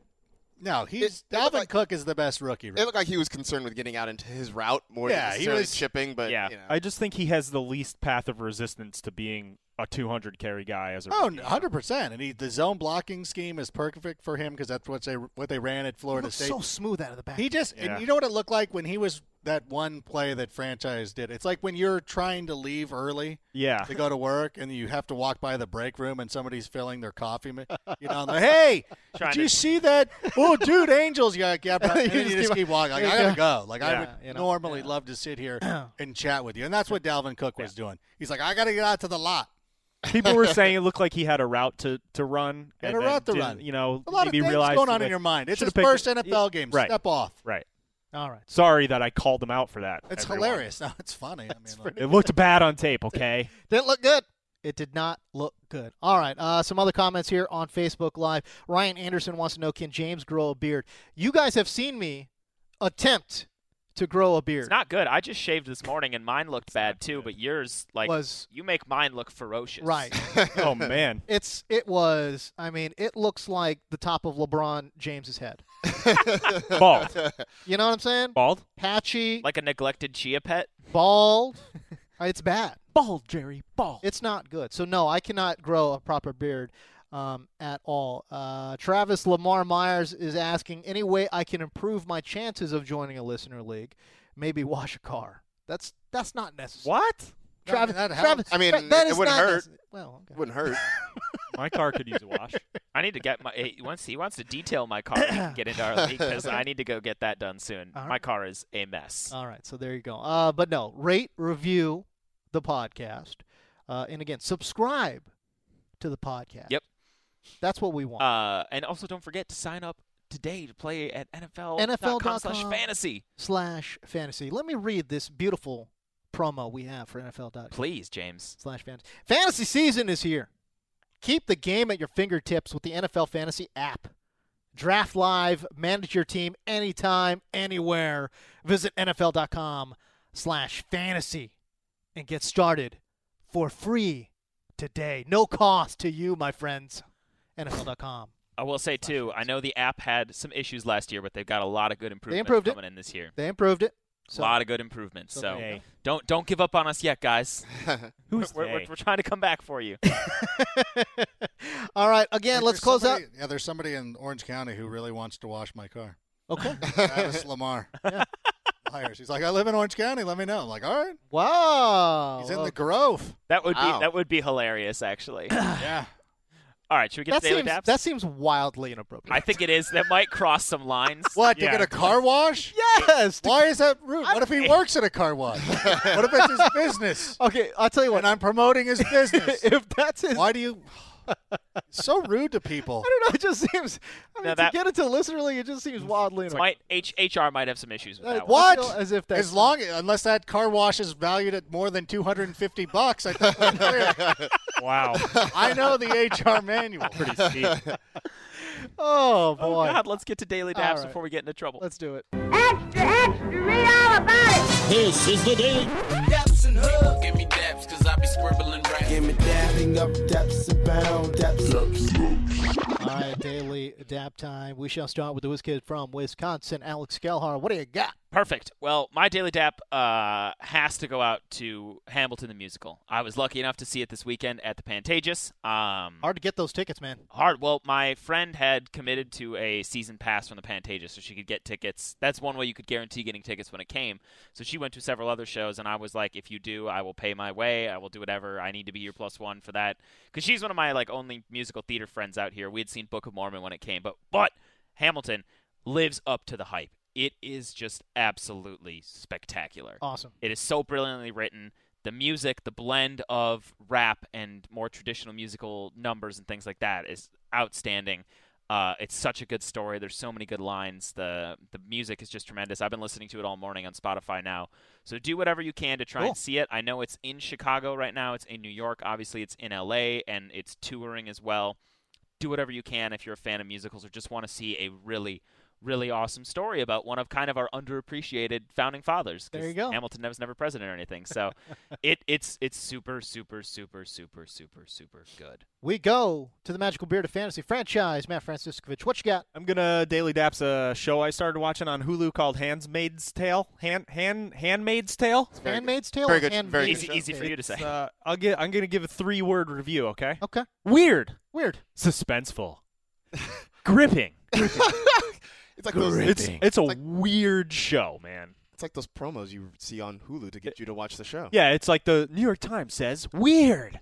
[SPEAKER 5] no. He's
[SPEAKER 4] it
[SPEAKER 5] Dalvin
[SPEAKER 4] looked like-
[SPEAKER 5] Cook is the best rookie.
[SPEAKER 4] it looked like he was concerned with getting out into his route more
[SPEAKER 5] Yeah,
[SPEAKER 4] than
[SPEAKER 5] he
[SPEAKER 4] necessarily
[SPEAKER 5] was-
[SPEAKER 4] chipping, but
[SPEAKER 3] Yeah.
[SPEAKER 4] you know.
[SPEAKER 2] I just think he has the least path of resistance to being a 200 carry guy as a
[SPEAKER 5] Oh,
[SPEAKER 2] rookie.
[SPEAKER 5] 100 percent. And he, the zone blocking scheme is perfect for him because that's what they what they ran at Florida
[SPEAKER 1] Looks
[SPEAKER 5] State.
[SPEAKER 1] so smooth out of the back.
[SPEAKER 5] He just,
[SPEAKER 2] Yeah.
[SPEAKER 5] and you know what it looked like when he was that one play that franchise did. It's like when you're trying to leave early
[SPEAKER 2] Yeah.
[SPEAKER 5] to go to work, and you have to walk by the break room, and somebody's filling their coffee. ma- You know, and they're, hey,
[SPEAKER 3] Trying
[SPEAKER 5] did you
[SPEAKER 3] to-
[SPEAKER 5] see that? Oh, dude, Angels! Yeah, yeah. bro." And
[SPEAKER 1] You
[SPEAKER 5] then you
[SPEAKER 1] just
[SPEAKER 5] just
[SPEAKER 1] keep-
[SPEAKER 5] keep walking. Like, I
[SPEAKER 1] Yeah.
[SPEAKER 5] gotta go. Like I
[SPEAKER 1] Yeah,
[SPEAKER 5] would
[SPEAKER 1] you know,
[SPEAKER 5] normally
[SPEAKER 1] yeah.
[SPEAKER 5] love to sit here and chat with you, and that's what Dalvin Cook was doing. He's like, I gotta get out to the lot.
[SPEAKER 2] People were saying it looked like he had a route to, to run.
[SPEAKER 5] Had
[SPEAKER 2] and
[SPEAKER 5] a
[SPEAKER 2] then
[SPEAKER 5] route to
[SPEAKER 2] didn't,
[SPEAKER 5] run.
[SPEAKER 2] You know,
[SPEAKER 5] A lot
[SPEAKER 2] maybe
[SPEAKER 5] of things
[SPEAKER 2] realized
[SPEAKER 5] going on
[SPEAKER 2] that-
[SPEAKER 5] in your mind. It's
[SPEAKER 2] Should've
[SPEAKER 5] his
[SPEAKER 2] picked
[SPEAKER 5] first
[SPEAKER 2] it.
[SPEAKER 5] NFL game.
[SPEAKER 2] Right.
[SPEAKER 5] Step off.
[SPEAKER 2] Right.
[SPEAKER 1] All right.
[SPEAKER 2] Sorry that I called him out for that.
[SPEAKER 5] It's
[SPEAKER 2] everyone.
[SPEAKER 5] hilarious. No, it's funny. I mean, like-
[SPEAKER 2] It looked bad on tape, okay?
[SPEAKER 1] Didn't look good. It did not look good. All right. Uh, some other comments here on Facebook Live. Ryan Anderson wants to know Can James grow a beard? You guys have seen me attempt to grow a beard.
[SPEAKER 3] It's not good. I just shaved this morning and mine looked bad too, but yours like
[SPEAKER 1] Was-
[SPEAKER 3] you make mine look ferocious.
[SPEAKER 1] right.
[SPEAKER 2] oh, man.
[SPEAKER 1] It's it was. I mean, it looks like the top of LeBron James's head.
[SPEAKER 2] Bald.
[SPEAKER 1] You know what I'm saying?
[SPEAKER 2] Bald?
[SPEAKER 1] Patchy,
[SPEAKER 3] Like a neglected chia pet.
[SPEAKER 1] bald. it's bad.
[SPEAKER 2] Bald, Jerry. Bald.
[SPEAKER 1] It's not good. So no, I cannot grow a proper beard um, at all. Uh, Travis Lamar Myers is asking any way I can improve my chances of joining a listener league. Maybe wash a car. That's that's not necessary.
[SPEAKER 2] What?
[SPEAKER 1] Travis,
[SPEAKER 5] I mean, that
[SPEAKER 1] Travis,
[SPEAKER 4] helps. I mean,
[SPEAKER 1] that- that
[SPEAKER 4] it
[SPEAKER 1] is
[SPEAKER 4] wouldn't
[SPEAKER 1] not
[SPEAKER 4] hurt.
[SPEAKER 1] nece- well, okay.
[SPEAKER 4] wouldn't hurt.
[SPEAKER 2] My car could use a wash.
[SPEAKER 3] I need to get my. He wants he wants to detail my car and get into our league because I need to go get that done soon.
[SPEAKER 1] All
[SPEAKER 3] My
[SPEAKER 1] right. Uh,
[SPEAKER 3] car is a mess.
[SPEAKER 1] All right, so there you go. Uh, but no, rate, review the podcast, uh, and again, subscribe to the podcast.
[SPEAKER 3] Yep.
[SPEAKER 1] that's what we want.
[SPEAKER 3] Uh, and also don't forget to sign up today to play at NFL
[SPEAKER 1] NFL.com.
[SPEAKER 3] slash fantasy.
[SPEAKER 1] slash fantasy. Let me read this beautiful promo we have for NFL.com.
[SPEAKER 3] Please, James.
[SPEAKER 1] slash fantasy. Fantasy season is here. Keep the game at your fingertips with the NFL Fantasy app. Draft live, manage your team anytime, anywhere. Visit NFL.com slash fantasy and get started for free today. No cost to you, my friends. NFL.com.
[SPEAKER 3] I will say too. I know the app had some issues last year, but they've got a lot of good improvements
[SPEAKER 1] improved it.
[SPEAKER 3] coming in this year.
[SPEAKER 1] They improved it.
[SPEAKER 3] a lot of good improvements. So,
[SPEAKER 1] so there
[SPEAKER 2] you go.
[SPEAKER 3] don't don't give up on us yet, guys.
[SPEAKER 2] Who's
[SPEAKER 3] We're, we're,
[SPEAKER 2] they?
[SPEAKER 3] we're trying to come back for you.
[SPEAKER 1] All right, again,
[SPEAKER 5] Like,
[SPEAKER 1] let's
[SPEAKER 5] there's
[SPEAKER 1] close
[SPEAKER 5] somebody,
[SPEAKER 1] out.
[SPEAKER 5] Yeah, there's somebody in Orange County who really wants to wash my car.
[SPEAKER 1] Okay.
[SPEAKER 5] Travis Lamar. Liar. She's like, I live in Orange County. Let me know. I'm like, all right.
[SPEAKER 1] Wow.
[SPEAKER 5] He's in the Grove.
[SPEAKER 3] That would
[SPEAKER 4] Wow.
[SPEAKER 1] Oh.
[SPEAKER 3] be that would be hilarious, actually.
[SPEAKER 5] yeah.
[SPEAKER 3] All right, should we get
[SPEAKER 1] that,
[SPEAKER 3] to daily
[SPEAKER 1] seems,
[SPEAKER 3] daps?
[SPEAKER 1] that seems wildly inappropriate.
[SPEAKER 3] I think it is. That might cross some lines.
[SPEAKER 5] What?
[SPEAKER 2] Yeah.
[SPEAKER 5] To get a car wash?
[SPEAKER 1] yes.
[SPEAKER 5] Why is that rude? What if he works at a car wash? what if it's his business?
[SPEAKER 1] Okay, I'll tell you what.
[SPEAKER 5] And I'm promoting his business.
[SPEAKER 1] if that's his,
[SPEAKER 5] Why do you? so rude to people.
[SPEAKER 1] I don't know. It just seems. I mean,
[SPEAKER 3] Now
[SPEAKER 1] to
[SPEAKER 3] that-
[SPEAKER 1] get into listener league, it just seems wildly.
[SPEAKER 3] It
[SPEAKER 1] inappropriate.
[SPEAKER 3] might H- HR might have some issues with
[SPEAKER 1] Uh,
[SPEAKER 3] that. one.
[SPEAKER 1] I
[SPEAKER 5] What?
[SPEAKER 1] feel as if that's
[SPEAKER 5] as long unless that car wash is valued at more than 250 bucks, I think we're clear.
[SPEAKER 2] Wow.
[SPEAKER 5] I know the HR manual.
[SPEAKER 2] Pretty steep.
[SPEAKER 1] Oh boy.
[SPEAKER 3] Oh God, let's get to daily
[SPEAKER 1] All
[SPEAKER 3] daps
[SPEAKER 1] right.
[SPEAKER 3] before we get into trouble.
[SPEAKER 1] Let's do it.
[SPEAKER 8] Extra, extra, read all about it.
[SPEAKER 7] This is the Daily Give me daps, cause I be scribbling rap. Give me dabbing up, daps abound, daps
[SPEAKER 1] All right, daily adapt time. We shall start with the whiz kid from Wisconsin, Alex Gelhar. What do you got?
[SPEAKER 3] Perfect. Well, my daily dap uh, has to go out to Hamilton the musical. I was lucky enough to see it this weekend at the Pantages. Um,
[SPEAKER 1] Hard to get those tickets, man.
[SPEAKER 3] hard. Well, my friend had committed to a season pass from the Pantages, so she could get tickets. That's one way you could guarantee getting tickets when it came. So she went to several other shows, and I was like, if you do, I will pay my way. I will do whatever. I need to be your plus one for that because she's one of my like only musical theater friends out here. We had seen Book of Mormon when it came, but but Hamilton lives up to the hype. It is just absolutely spectacular.
[SPEAKER 1] Awesome.
[SPEAKER 3] It is so brilliantly written. The music, the blend of rap and more traditional musical numbers and things like that is outstanding. Uh, it's such a good story. There's so many good lines. The the music is just tremendous. I've been listening to it all morning on Spotify now. So do whatever you can to try
[SPEAKER 1] Cool.
[SPEAKER 3] and see it. I know it's in Chicago right now. It's in New York. Obviously, it's in LA and it's touring as well. Do whatever you can if you're a fan of musicals or just want to see a really really awesome story about one of kind of our underappreciated founding fathers. 'cause
[SPEAKER 1] There you go.
[SPEAKER 3] Hamilton was never president or anything. So it it's it's super super super super super super good.
[SPEAKER 1] We go to the Magical Beard of Fantasy franchise. Matt Franciscovich, what you got?
[SPEAKER 2] I'm gonna daily daps a show I started watching on Hulu called Handmaid's Tale. Hand hand Handmaid's Tale.
[SPEAKER 1] Handmaid's Tale. Very good. Very
[SPEAKER 3] Easy easy for you to say.
[SPEAKER 2] It's, uh, I'll get. I'm gonna give a three word review. Okay.
[SPEAKER 1] Okay.
[SPEAKER 2] Weird.
[SPEAKER 1] Weird.
[SPEAKER 2] Suspenseful. Gripping.
[SPEAKER 4] It's like those,
[SPEAKER 2] Gripping. It's
[SPEAKER 4] it's,
[SPEAKER 2] it's a weird show, man.
[SPEAKER 4] like those promos you see on Hulu to get you to watch the show.
[SPEAKER 2] Yeah, it's like the New York Times says weird.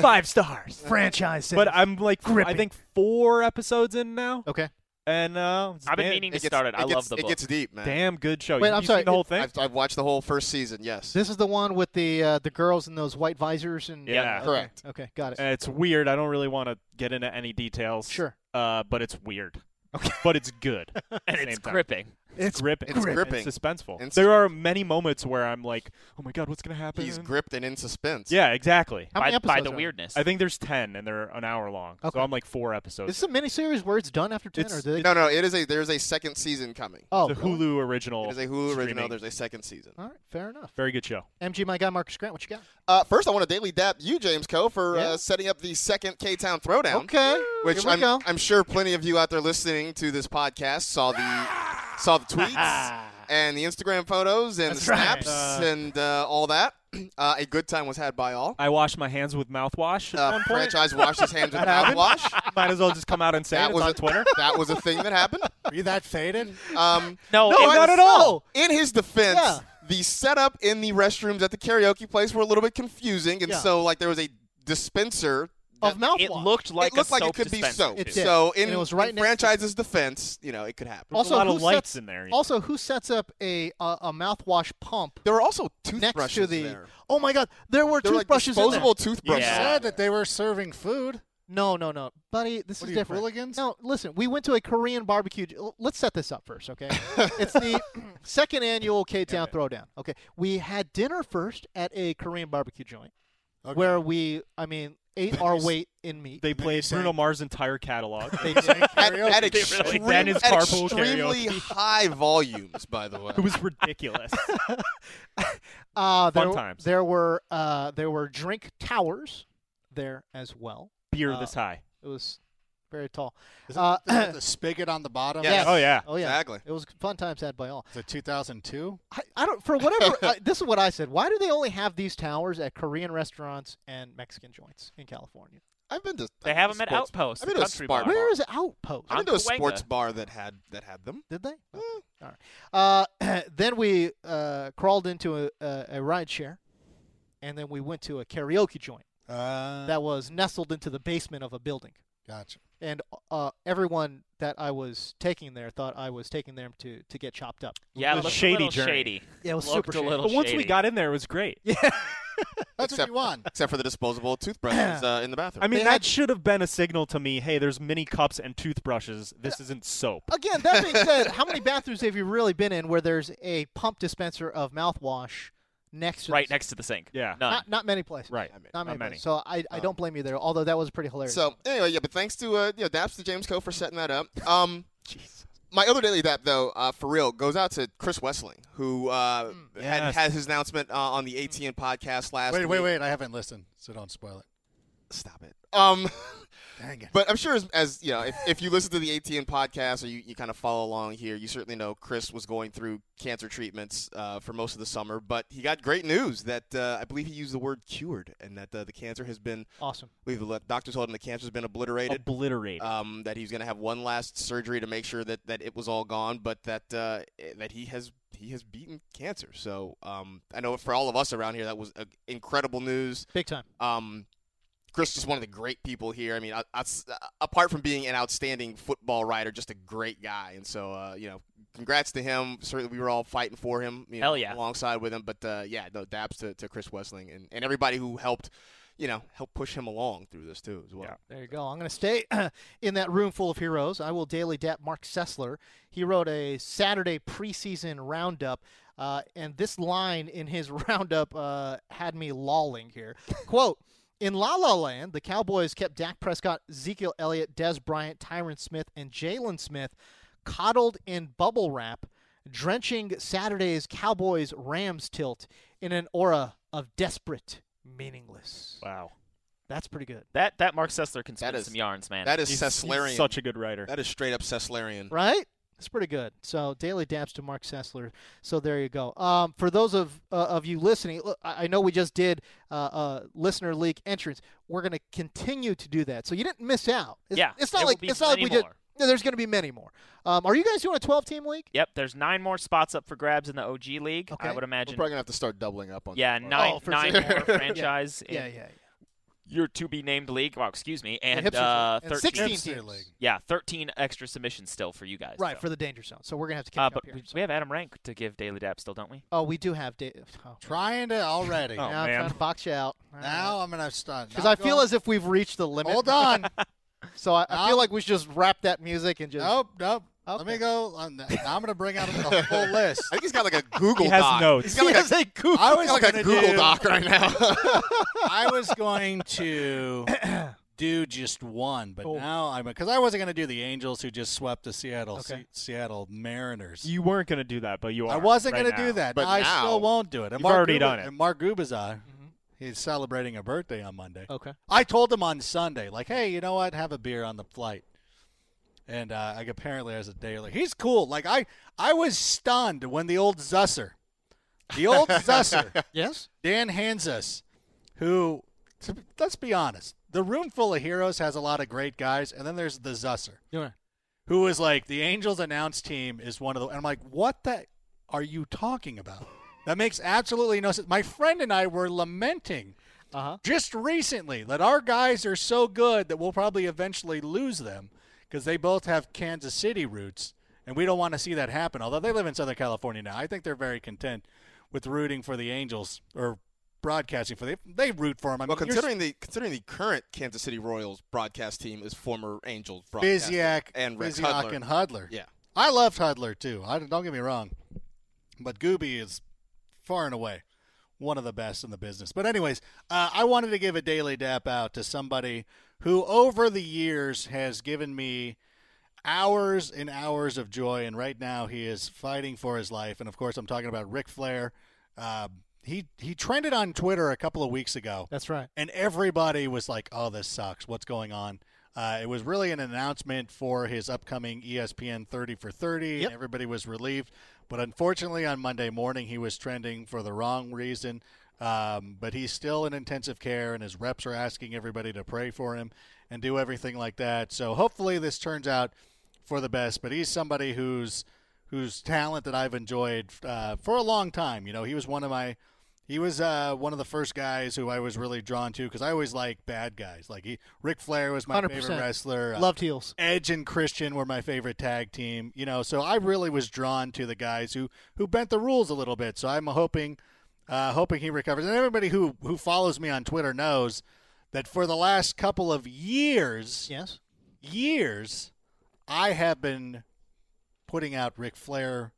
[SPEAKER 2] Five stars.
[SPEAKER 1] Franchise.
[SPEAKER 2] But I'm like, I think four episodes in now,
[SPEAKER 1] Okay.
[SPEAKER 2] and uh,
[SPEAKER 3] I've been
[SPEAKER 2] man,
[SPEAKER 3] meaning to
[SPEAKER 4] It gets-
[SPEAKER 3] start it. I
[SPEAKER 4] gets-
[SPEAKER 3] love the
[SPEAKER 4] It
[SPEAKER 3] book.
[SPEAKER 4] gets deep, man.
[SPEAKER 2] Damn good show.
[SPEAKER 1] Wait,
[SPEAKER 2] You-
[SPEAKER 1] I'm
[SPEAKER 2] you
[SPEAKER 1] sorry,
[SPEAKER 2] Seen the whole thing.
[SPEAKER 4] I've, I've watched the whole first season. Yes.
[SPEAKER 1] This is the one with the uh, the girls in those white visors and
[SPEAKER 2] Yeah.
[SPEAKER 1] Okay,
[SPEAKER 4] Correct.
[SPEAKER 1] Okay, got it.
[SPEAKER 2] Uh, It's weird. I don't really want to get into any details.
[SPEAKER 1] Sure.
[SPEAKER 2] Uh, but it's weird. Okay. But it's good.
[SPEAKER 3] and it's gripping.
[SPEAKER 2] It's gripping.
[SPEAKER 4] it's gripping.
[SPEAKER 2] It's suspenseful.
[SPEAKER 4] And
[SPEAKER 2] there are many moments where I'm like, oh my god, what's gonna happen?
[SPEAKER 4] He's gripped and in suspense.
[SPEAKER 2] yeah, exactly.
[SPEAKER 1] How
[SPEAKER 3] by,
[SPEAKER 1] many
[SPEAKER 3] by
[SPEAKER 1] episodes
[SPEAKER 3] the
[SPEAKER 1] are there?
[SPEAKER 3] weirdness.
[SPEAKER 2] I think there's ten, and they're an hour long.
[SPEAKER 1] Okay.
[SPEAKER 2] So I'm like four episodes.
[SPEAKER 1] Is this a miniseries where it's done after ten,
[SPEAKER 2] It's-
[SPEAKER 1] or do they?
[SPEAKER 4] No, no. It is a there's a second season coming.
[SPEAKER 1] oh,
[SPEAKER 2] it's a
[SPEAKER 1] really?
[SPEAKER 2] Hulu original.
[SPEAKER 4] It is a Hulu original.
[SPEAKER 2] streaming.
[SPEAKER 4] There's a second season.
[SPEAKER 1] All right, fair enough.
[SPEAKER 2] Very good show.
[SPEAKER 1] MG, my guy, Marcus Grant, what you got?
[SPEAKER 4] Uh, first, I want to daily dap you, James Co, for
[SPEAKER 1] Yeah.
[SPEAKER 4] uh, setting up the second K Town Throwdown.
[SPEAKER 1] Okay,
[SPEAKER 4] Which
[SPEAKER 1] here we
[SPEAKER 4] I'm,
[SPEAKER 1] go.
[SPEAKER 4] I'm sure plenty of you out there listening to this podcast saw the saw the tweets and the Instagram photos and the snaps and uh, all that. Uh, a good time was had by all.
[SPEAKER 2] I washed my hands with mouthwash at
[SPEAKER 4] Uh,
[SPEAKER 2] one point.
[SPEAKER 4] franchise washed his hands with
[SPEAKER 2] That happened.
[SPEAKER 4] mouthwash.
[SPEAKER 2] Might as well just come out and say it.
[SPEAKER 4] That
[SPEAKER 2] It's
[SPEAKER 4] was
[SPEAKER 2] on
[SPEAKER 4] a
[SPEAKER 2] Twitter.
[SPEAKER 4] That was a thing that happened.
[SPEAKER 5] Are you that faded?
[SPEAKER 4] Um,
[SPEAKER 3] no,
[SPEAKER 4] No,
[SPEAKER 3] it's-
[SPEAKER 4] I-
[SPEAKER 2] not at all.
[SPEAKER 4] In his defense,
[SPEAKER 1] Yeah.
[SPEAKER 4] the setup in the restrooms at the karaoke place were a little bit confusing, and
[SPEAKER 1] Yeah.
[SPEAKER 4] so like there was a dispenser.
[SPEAKER 1] Of mouthwash.
[SPEAKER 3] it looked like
[SPEAKER 4] it looked
[SPEAKER 3] a
[SPEAKER 4] like
[SPEAKER 3] soap
[SPEAKER 4] it could be
[SPEAKER 3] dispenser,
[SPEAKER 4] soap.
[SPEAKER 3] too.
[SPEAKER 1] It did.
[SPEAKER 4] so in,
[SPEAKER 1] And it was right
[SPEAKER 4] in
[SPEAKER 1] next to-
[SPEAKER 4] franchise's defense, you know, it could happen.
[SPEAKER 2] There's
[SPEAKER 1] Also,
[SPEAKER 2] a lot
[SPEAKER 1] who
[SPEAKER 2] of lights
[SPEAKER 1] sets-
[SPEAKER 2] in there.
[SPEAKER 1] Also, who sets up a uh, a mouthwash pump
[SPEAKER 4] There were also toothbrushes
[SPEAKER 1] next to the?
[SPEAKER 4] there.
[SPEAKER 1] Oh my God, there were
[SPEAKER 4] There were like
[SPEAKER 1] toothbrushes in there.
[SPEAKER 4] disposable toothbrushes.
[SPEAKER 3] Yeah.
[SPEAKER 5] Said that they were serving food.
[SPEAKER 1] No, no, no, buddy. This is
[SPEAKER 5] What are you,
[SPEAKER 1] different.
[SPEAKER 5] hooligans?
[SPEAKER 1] No, listen. We went to a Korean barbecue. l- Let's set this up first, okay? it's the second annual K Town Throwdown. Okay, we had dinner first at a Korean barbecue joint,
[SPEAKER 5] Okay.
[SPEAKER 1] where we, I mean, ate our weight in meat.
[SPEAKER 2] they
[SPEAKER 5] Then
[SPEAKER 2] played
[SPEAKER 5] you
[SPEAKER 2] Bruno
[SPEAKER 5] sang-
[SPEAKER 2] Mars' entire catalog.
[SPEAKER 5] They sang
[SPEAKER 4] At,
[SPEAKER 5] karaoke.
[SPEAKER 4] at
[SPEAKER 3] They really
[SPEAKER 4] extreme-
[SPEAKER 2] did. Dennis
[SPEAKER 4] at
[SPEAKER 2] carpool
[SPEAKER 4] extremely
[SPEAKER 2] karaoke.
[SPEAKER 4] high volumes, by the way.
[SPEAKER 2] it was ridiculous.
[SPEAKER 1] uh, there,
[SPEAKER 2] Fun times.
[SPEAKER 1] There were uh, there were drink towers there as well.
[SPEAKER 2] Beer
[SPEAKER 1] Uh,
[SPEAKER 2] this high.
[SPEAKER 1] It was very tall.
[SPEAKER 5] Is
[SPEAKER 1] Uh,
[SPEAKER 5] it- is it the spigot on the bottom.
[SPEAKER 4] Yes.
[SPEAKER 2] Oh yeah.
[SPEAKER 1] Oh yeah,
[SPEAKER 4] Exactly.
[SPEAKER 1] It was fun times had by all.
[SPEAKER 5] It's a 2002.
[SPEAKER 1] I, I don't for whatever. I, this is what I said. Why do they only have these towers at Korean restaurants and Mexican joints in California?
[SPEAKER 4] I've been to.
[SPEAKER 3] They
[SPEAKER 4] I've
[SPEAKER 3] have
[SPEAKER 4] been to
[SPEAKER 3] them at
[SPEAKER 4] sports-
[SPEAKER 3] Outpost,
[SPEAKER 4] I've
[SPEAKER 3] the
[SPEAKER 4] been to a
[SPEAKER 3] country bar.
[SPEAKER 4] smart bar.
[SPEAKER 1] Where is Outpost?
[SPEAKER 4] I've
[SPEAKER 3] On
[SPEAKER 4] been to a
[SPEAKER 3] Cahuenga.
[SPEAKER 4] sports bar that had that had them.
[SPEAKER 1] Did they?
[SPEAKER 4] Eh,
[SPEAKER 1] Uh, then we uh, crawled into a, a, a ride share, and then we went to a karaoke joint
[SPEAKER 5] Uh,
[SPEAKER 1] that was nestled into the basement of a building.
[SPEAKER 5] gotcha.
[SPEAKER 1] And uh, everyone that I was taking there thought I was taking them to, to get chopped up.
[SPEAKER 3] Yeah,
[SPEAKER 2] It was
[SPEAKER 3] looked
[SPEAKER 2] shady
[SPEAKER 3] a little
[SPEAKER 2] journey.
[SPEAKER 3] shady.
[SPEAKER 1] Yeah, it was
[SPEAKER 3] Looked
[SPEAKER 1] super
[SPEAKER 3] a
[SPEAKER 1] shady.
[SPEAKER 3] little
[SPEAKER 2] But once
[SPEAKER 3] shady.
[SPEAKER 2] we got in there, it was great.
[SPEAKER 5] That's
[SPEAKER 4] Except-
[SPEAKER 5] what you want.
[SPEAKER 4] Except for the disposable toothbrushes uh, in the bathroom.
[SPEAKER 2] I mean,
[SPEAKER 1] They
[SPEAKER 2] that
[SPEAKER 1] had-
[SPEAKER 2] should have been a signal to me. Hey, there's mini cups and toothbrushes. This isn't soap.
[SPEAKER 1] Again, that being said, how many bathrooms have you really been in where there's a pump dispenser of mouthwash next to
[SPEAKER 3] Right
[SPEAKER 1] the,
[SPEAKER 3] next to the sink.
[SPEAKER 2] Yeah.
[SPEAKER 3] None.
[SPEAKER 1] Not, not many places.
[SPEAKER 2] Right.
[SPEAKER 1] Not many.
[SPEAKER 2] Not many.
[SPEAKER 1] places. So I,
[SPEAKER 3] Oh.
[SPEAKER 1] I don't blame you there, although that was pretty hilarious.
[SPEAKER 4] So anyway, yeah, but thanks to uh, you know, Daps to James Co for setting that up. Um, my other daily dap though, uh, for real, goes out to Chris Wessling, who uh,
[SPEAKER 1] Hmm.
[SPEAKER 4] had,
[SPEAKER 2] yes.
[SPEAKER 4] had his announcement uh, on the ATN podcast last.
[SPEAKER 5] Wait, wait,
[SPEAKER 4] week.
[SPEAKER 5] wait. I haven't listened, so don't spoil it.
[SPEAKER 4] Stop it. Um,
[SPEAKER 5] Dang it.
[SPEAKER 4] but I'm sure as, as you know, if, if you listen to the ATN podcast or you, you kind of follow along here, you certainly know Chris was going through cancer treatments uh, for most of the summer. But he got great news that uh, I believe he used the word cured, and that uh, the cancer has been.
[SPEAKER 1] awesome.
[SPEAKER 4] I believe the doctors told him the cancer has been obliterated.
[SPEAKER 2] Obliterated.
[SPEAKER 4] um, that he was going to have one last surgery to make sure that, that it was all gone, but that uh, eh, that he has he has beaten cancer. So um, I know for all of us around here, that was uh, incredible news.
[SPEAKER 1] Big time.
[SPEAKER 4] Um, Chris is one of the great people here. I mean, I, I s- uh, apart from being an outstanding football writer, just a great guy. And so uh, you know, congrats to him. Certainly, we were all fighting for him. You know,
[SPEAKER 3] Hell yeah.
[SPEAKER 4] alongside with him. But uh, yeah, no daps to, to Chris Wessling and, and everybody who helped you know, help push him along through this too as well.
[SPEAKER 1] There you go. I'm going to stay in that room full of heroes. I will daily dap Mark Sessler. He wrote a Saturday preseason roundup, uh, and this line in his roundup uh, had me lolling here. Quote. In La La Land, the Cowboys kept Dak Prescott, Ezekiel Elliott, Des Bryant, Tyron Smith, and Jalen Smith coddled in bubble wrap, drenching Saturday's Cowboys Rams tilt in an aura of desperate meaningless.
[SPEAKER 2] Wow.
[SPEAKER 1] That's pretty good.
[SPEAKER 3] That that Mark Sessler can spin
[SPEAKER 4] is-
[SPEAKER 3] some yarns, man.
[SPEAKER 4] That is
[SPEAKER 3] He's- he's
[SPEAKER 4] Sesslerian.
[SPEAKER 2] such a good writer.
[SPEAKER 4] That is straight up Sesslerian.
[SPEAKER 1] Right? It's pretty good. So daily dabs to Mark Sessler. So there you go. Um, for those of uh, of you listening, look, I I know we just did uh, uh, listener league entrance. We're going to continue to do that. So you didn't miss out. It's,
[SPEAKER 3] Yeah,
[SPEAKER 1] It's not
[SPEAKER 3] there will
[SPEAKER 1] like
[SPEAKER 3] be
[SPEAKER 1] it's not like
[SPEAKER 3] many
[SPEAKER 1] we did.
[SPEAKER 3] more.
[SPEAKER 1] No, there's going to be many more. Um, are you guys doing a 12 team league?
[SPEAKER 3] Yep, there's nine more spots up for grabs in the OG league. I
[SPEAKER 1] Okay.
[SPEAKER 3] would
[SPEAKER 4] We're
[SPEAKER 3] imagine.
[SPEAKER 4] probably gonna have to start doubling up on.
[SPEAKER 3] Yeah,
[SPEAKER 4] that.
[SPEAKER 3] nine,
[SPEAKER 1] Oh, for
[SPEAKER 3] nine
[SPEAKER 1] sure.
[SPEAKER 3] more
[SPEAKER 1] Yeah.
[SPEAKER 3] franchise.
[SPEAKER 1] Yeah,
[SPEAKER 3] in
[SPEAKER 1] yeah.
[SPEAKER 3] Your to be named league. Well, excuse me, and
[SPEAKER 1] Hipster
[SPEAKER 3] uh,
[SPEAKER 1] League. And
[SPEAKER 3] 13.
[SPEAKER 1] 16 teams.
[SPEAKER 3] Yeah, 13 extra submissions still for you guys.
[SPEAKER 1] Right
[SPEAKER 3] so.
[SPEAKER 1] for the danger zone. So we're going to have to keep
[SPEAKER 3] uh,
[SPEAKER 1] up
[SPEAKER 3] but
[SPEAKER 1] here.
[SPEAKER 3] we, we have Adam Rank to give daily dap still, don't we?
[SPEAKER 1] Oh, we do have. Da- oh,
[SPEAKER 5] Trying to already.
[SPEAKER 3] Oh,
[SPEAKER 1] now I'm
[SPEAKER 3] man.
[SPEAKER 1] trying to box you out.
[SPEAKER 5] Now I'm gonna start.
[SPEAKER 1] Because
[SPEAKER 5] now
[SPEAKER 1] I
[SPEAKER 5] I'm
[SPEAKER 1] feel
[SPEAKER 5] going-
[SPEAKER 1] as if we've reached the limit.
[SPEAKER 5] Hold on.
[SPEAKER 1] So I, I feel
[SPEAKER 5] Um,
[SPEAKER 1] like we should just wrap that music and just.
[SPEAKER 5] nope, nope. Let
[SPEAKER 1] Okay.
[SPEAKER 5] me go. I'm, now I'm gonna bring out the whole list.
[SPEAKER 4] I think he's got like a Google
[SPEAKER 2] He has
[SPEAKER 4] Doc.
[SPEAKER 2] notes.
[SPEAKER 4] He's got like,
[SPEAKER 1] Yes,
[SPEAKER 4] a,
[SPEAKER 1] I could.
[SPEAKER 5] I was
[SPEAKER 4] he's got like
[SPEAKER 5] gonna
[SPEAKER 4] a Google
[SPEAKER 5] do-
[SPEAKER 4] Doc right now.
[SPEAKER 5] I was going to do just one, but
[SPEAKER 1] Oh.
[SPEAKER 5] now I'm because I wasn't going to do the Angels who just swept the Seattle
[SPEAKER 1] Okay.
[SPEAKER 5] Se- Seattle Mariners.
[SPEAKER 2] You weren't going to do that, but you are.
[SPEAKER 5] I wasn't
[SPEAKER 2] right
[SPEAKER 5] going to do
[SPEAKER 2] now.
[SPEAKER 5] that,
[SPEAKER 4] But
[SPEAKER 5] I
[SPEAKER 4] now-
[SPEAKER 5] still won't do it. And
[SPEAKER 2] You've already done it.
[SPEAKER 5] And Mark Gubazar, he's celebrating a birthday on Monday.
[SPEAKER 1] Okay.
[SPEAKER 5] I told him on Sunday, like, hey, you know what? Have a beer on the flight. And uh, like apparently, as a day, like he's cool. Like I, I was stunned when the old Zusser, the old Zusser,
[SPEAKER 1] Yes.
[SPEAKER 5] Dan Hansus, who, to, let's be honest, the room full of heroes has a lot of great guys, and then there's the Zusser, who is like the Angels announced team is one of the. And I'm like, what the are you talking about? That makes absolutely no sense. My friend and I were lamenting
[SPEAKER 1] Uh huh.
[SPEAKER 5] just recently that our guys are so good that we'll probably eventually lose them because they both have Kansas City roots, and we don't want to see that happen. Although they live in Southern California now, I think they're very content with rooting for the Angels or broadcasting for the. They root for them. I
[SPEAKER 4] well,
[SPEAKER 5] mean, you're-
[SPEAKER 4] considering the considering the current Kansas City Royals broadcast team is former Angels broadcast
[SPEAKER 5] Biziak
[SPEAKER 4] and Rick
[SPEAKER 5] Biziak
[SPEAKER 4] Hudler.
[SPEAKER 5] and Hudler.
[SPEAKER 4] Yeah.
[SPEAKER 5] I loved Hudler too. I don't get me wrong, but Gooby is far and away one of the best in the business. But anyways, uh, I wanted to give a daily dap out to somebody who over the years has given me hours and hours of joy, and right now he is fighting for his life. And of course, I'm talking about Ric Flair. Uh, he he trended on Twitter a couple of weeks ago
[SPEAKER 1] That's right.
[SPEAKER 5] and everybody was like, "Oh, this sucks. What's going on?" Uh, it was really an announcement for his upcoming E ESPN 30 for 30.
[SPEAKER 1] Yep.
[SPEAKER 5] And everybody was relieved, but unfortunately, on Monday morning, he was trending for the wrong reason. Um, but he's still in intensive care, and his reps are asking everybody to pray for him and do everything like that. So hopefully, this turns out for the best. But he's somebody who's whose talent that I've enjoyed uh, for a long time. You know, he was one of my he was uh, one of the first guys who I was really drawn to because I always like bad guys. Like he, Ric Flair was my favorite
[SPEAKER 1] 100%.
[SPEAKER 5] wrestler. Uh,
[SPEAKER 1] Loved heels.
[SPEAKER 5] Edge and Christian were my favorite tag team. You know, so I really was drawn to the guys who who bent the rules a little bit. So I'm hoping uh, hoping he recovers. And everybody who who follows me on Twitter knows that for the last couple of years,
[SPEAKER 1] Yes.
[SPEAKER 5] years, I have been putting out Ric Flair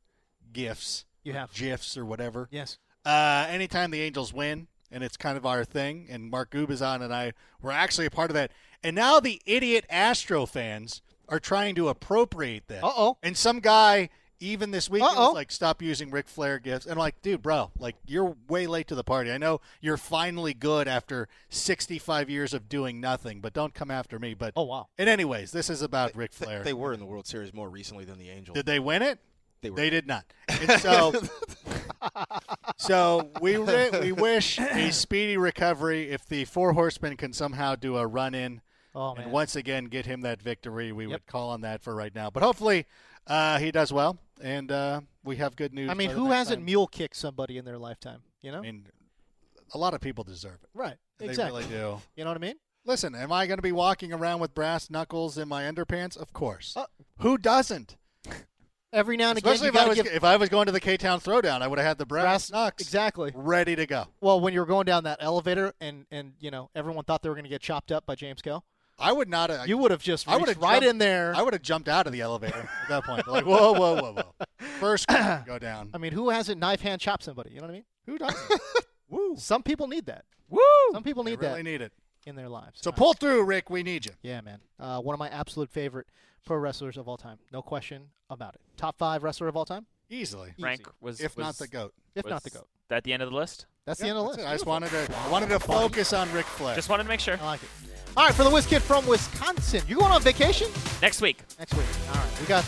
[SPEAKER 5] gifts,
[SPEAKER 1] You have.
[SPEAKER 5] gifs or whatever.
[SPEAKER 1] Yes.
[SPEAKER 5] Uh, anytime the Angels win, and it's kind of our thing, and Mark Gubazon and I were actually a part of that. And now the idiot Astro fans are trying to appropriate that.
[SPEAKER 1] Uh-oh.
[SPEAKER 5] And some guy, even this week,
[SPEAKER 1] Uh-oh.
[SPEAKER 5] was like, stop using Ric Flair gifts. And I'm like, dude, bro, like, you're way late to the party. I know you're finally good after 65 years of doing nothing, but don't come after me. But,
[SPEAKER 1] Oh wow.
[SPEAKER 5] and anyways, this is about Ric
[SPEAKER 4] Th-
[SPEAKER 5] Flair.
[SPEAKER 4] They were in the World Series more recently than the Angels.
[SPEAKER 5] Did they win it?
[SPEAKER 4] They were.
[SPEAKER 5] They did not. And so, so we ri we wish a speedy recovery. If the four horsemen can somehow do a run in
[SPEAKER 1] Oh man.
[SPEAKER 5] and once again get him that victory, we would
[SPEAKER 1] Yep.
[SPEAKER 5] call on that for right now. But hopefully, uh, he does well, and uh, we have good news.
[SPEAKER 1] I mean,
[SPEAKER 5] by the
[SPEAKER 1] who
[SPEAKER 5] next
[SPEAKER 1] hasn't
[SPEAKER 5] time.
[SPEAKER 1] mule kicked somebody in their lifetime? You know.
[SPEAKER 5] I mean, a lot of people deserve it.
[SPEAKER 1] right.
[SPEAKER 5] They
[SPEAKER 1] exactly.
[SPEAKER 5] really do.
[SPEAKER 1] You know what I mean?
[SPEAKER 5] Listen, am I going to be walking around with brass knuckles in my underpants? Of course.
[SPEAKER 1] Uh,
[SPEAKER 5] Who doesn't?
[SPEAKER 1] Every now and
[SPEAKER 5] Especially if
[SPEAKER 1] again,
[SPEAKER 5] I
[SPEAKER 1] you
[SPEAKER 5] was
[SPEAKER 1] gotta give
[SPEAKER 5] if I was going to the K Town Throwdown, I would have had the brass, knucks
[SPEAKER 1] exactly
[SPEAKER 5] ready to go.
[SPEAKER 1] Well, when you were going down that elevator, and and you know everyone thought they were going to get chopped up by James Kell.
[SPEAKER 5] I would not. Have,
[SPEAKER 1] You would have just
[SPEAKER 5] I would
[SPEAKER 1] reached
[SPEAKER 5] have
[SPEAKER 1] right
[SPEAKER 5] jumped-
[SPEAKER 1] in there.
[SPEAKER 5] I would have jumped out of the elevator at that point. Like whoa, whoa, whoa, whoa. First go down.
[SPEAKER 1] I mean, who hasn't knife hand chopped somebody? You know what I mean? Who does? Woo! Some people need that.
[SPEAKER 10] Woo!
[SPEAKER 1] Some people
[SPEAKER 5] They
[SPEAKER 1] need
[SPEAKER 5] really
[SPEAKER 1] that
[SPEAKER 5] need it.
[SPEAKER 1] in their lives.
[SPEAKER 5] So pull through, Rick. We need you.
[SPEAKER 1] Yeah, man. Uh, one of my absolute favorite pro wrestlers of all time. No question about it. Top five wrestler of all time.
[SPEAKER 5] Easily.
[SPEAKER 3] Rank was
[SPEAKER 5] If not
[SPEAKER 3] was-
[SPEAKER 5] the goat.
[SPEAKER 1] If not
[SPEAKER 3] was
[SPEAKER 1] the goat.
[SPEAKER 3] That the end of the list.
[SPEAKER 1] That's
[SPEAKER 5] Yeah,
[SPEAKER 1] the end of the
[SPEAKER 5] that's
[SPEAKER 1] list.
[SPEAKER 5] it. I just
[SPEAKER 1] Beautiful.
[SPEAKER 5] wanted to I wanted to focus on Ric Flair.
[SPEAKER 3] Just wanted to make sure.
[SPEAKER 1] I like it. All right, for the whiz kid from Wisconsin. You going on vacation
[SPEAKER 3] Next week.
[SPEAKER 1] next week? All right, we got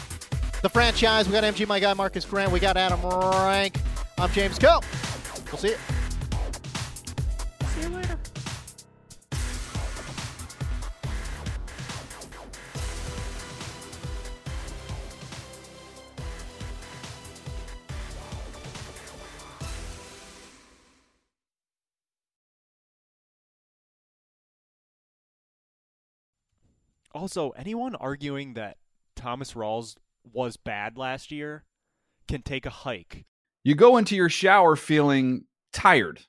[SPEAKER 1] the franchise. We got MG, my guy Marcus Grant. We got Adam Rank. I'm James Coe. We'll see you.
[SPEAKER 2] Also, anyone arguing that Thomas Rawls was bad last year can take a hike.
[SPEAKER 10] You go into your shower feeling tired,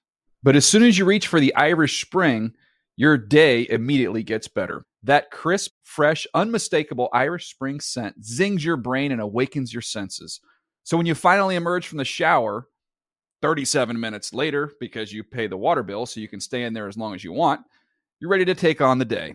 [SPEAKER 10] but as soon as you reach for the Irish Spring, your day immediately gets better. That crisp, fresh, unmistakable Irish Spring scent zings your brain and awakens your senses. So when you finally emerge from the shower, 37 minutes later, because you pay the water bill so you can stay in there as long as you want, you're ready to take on the day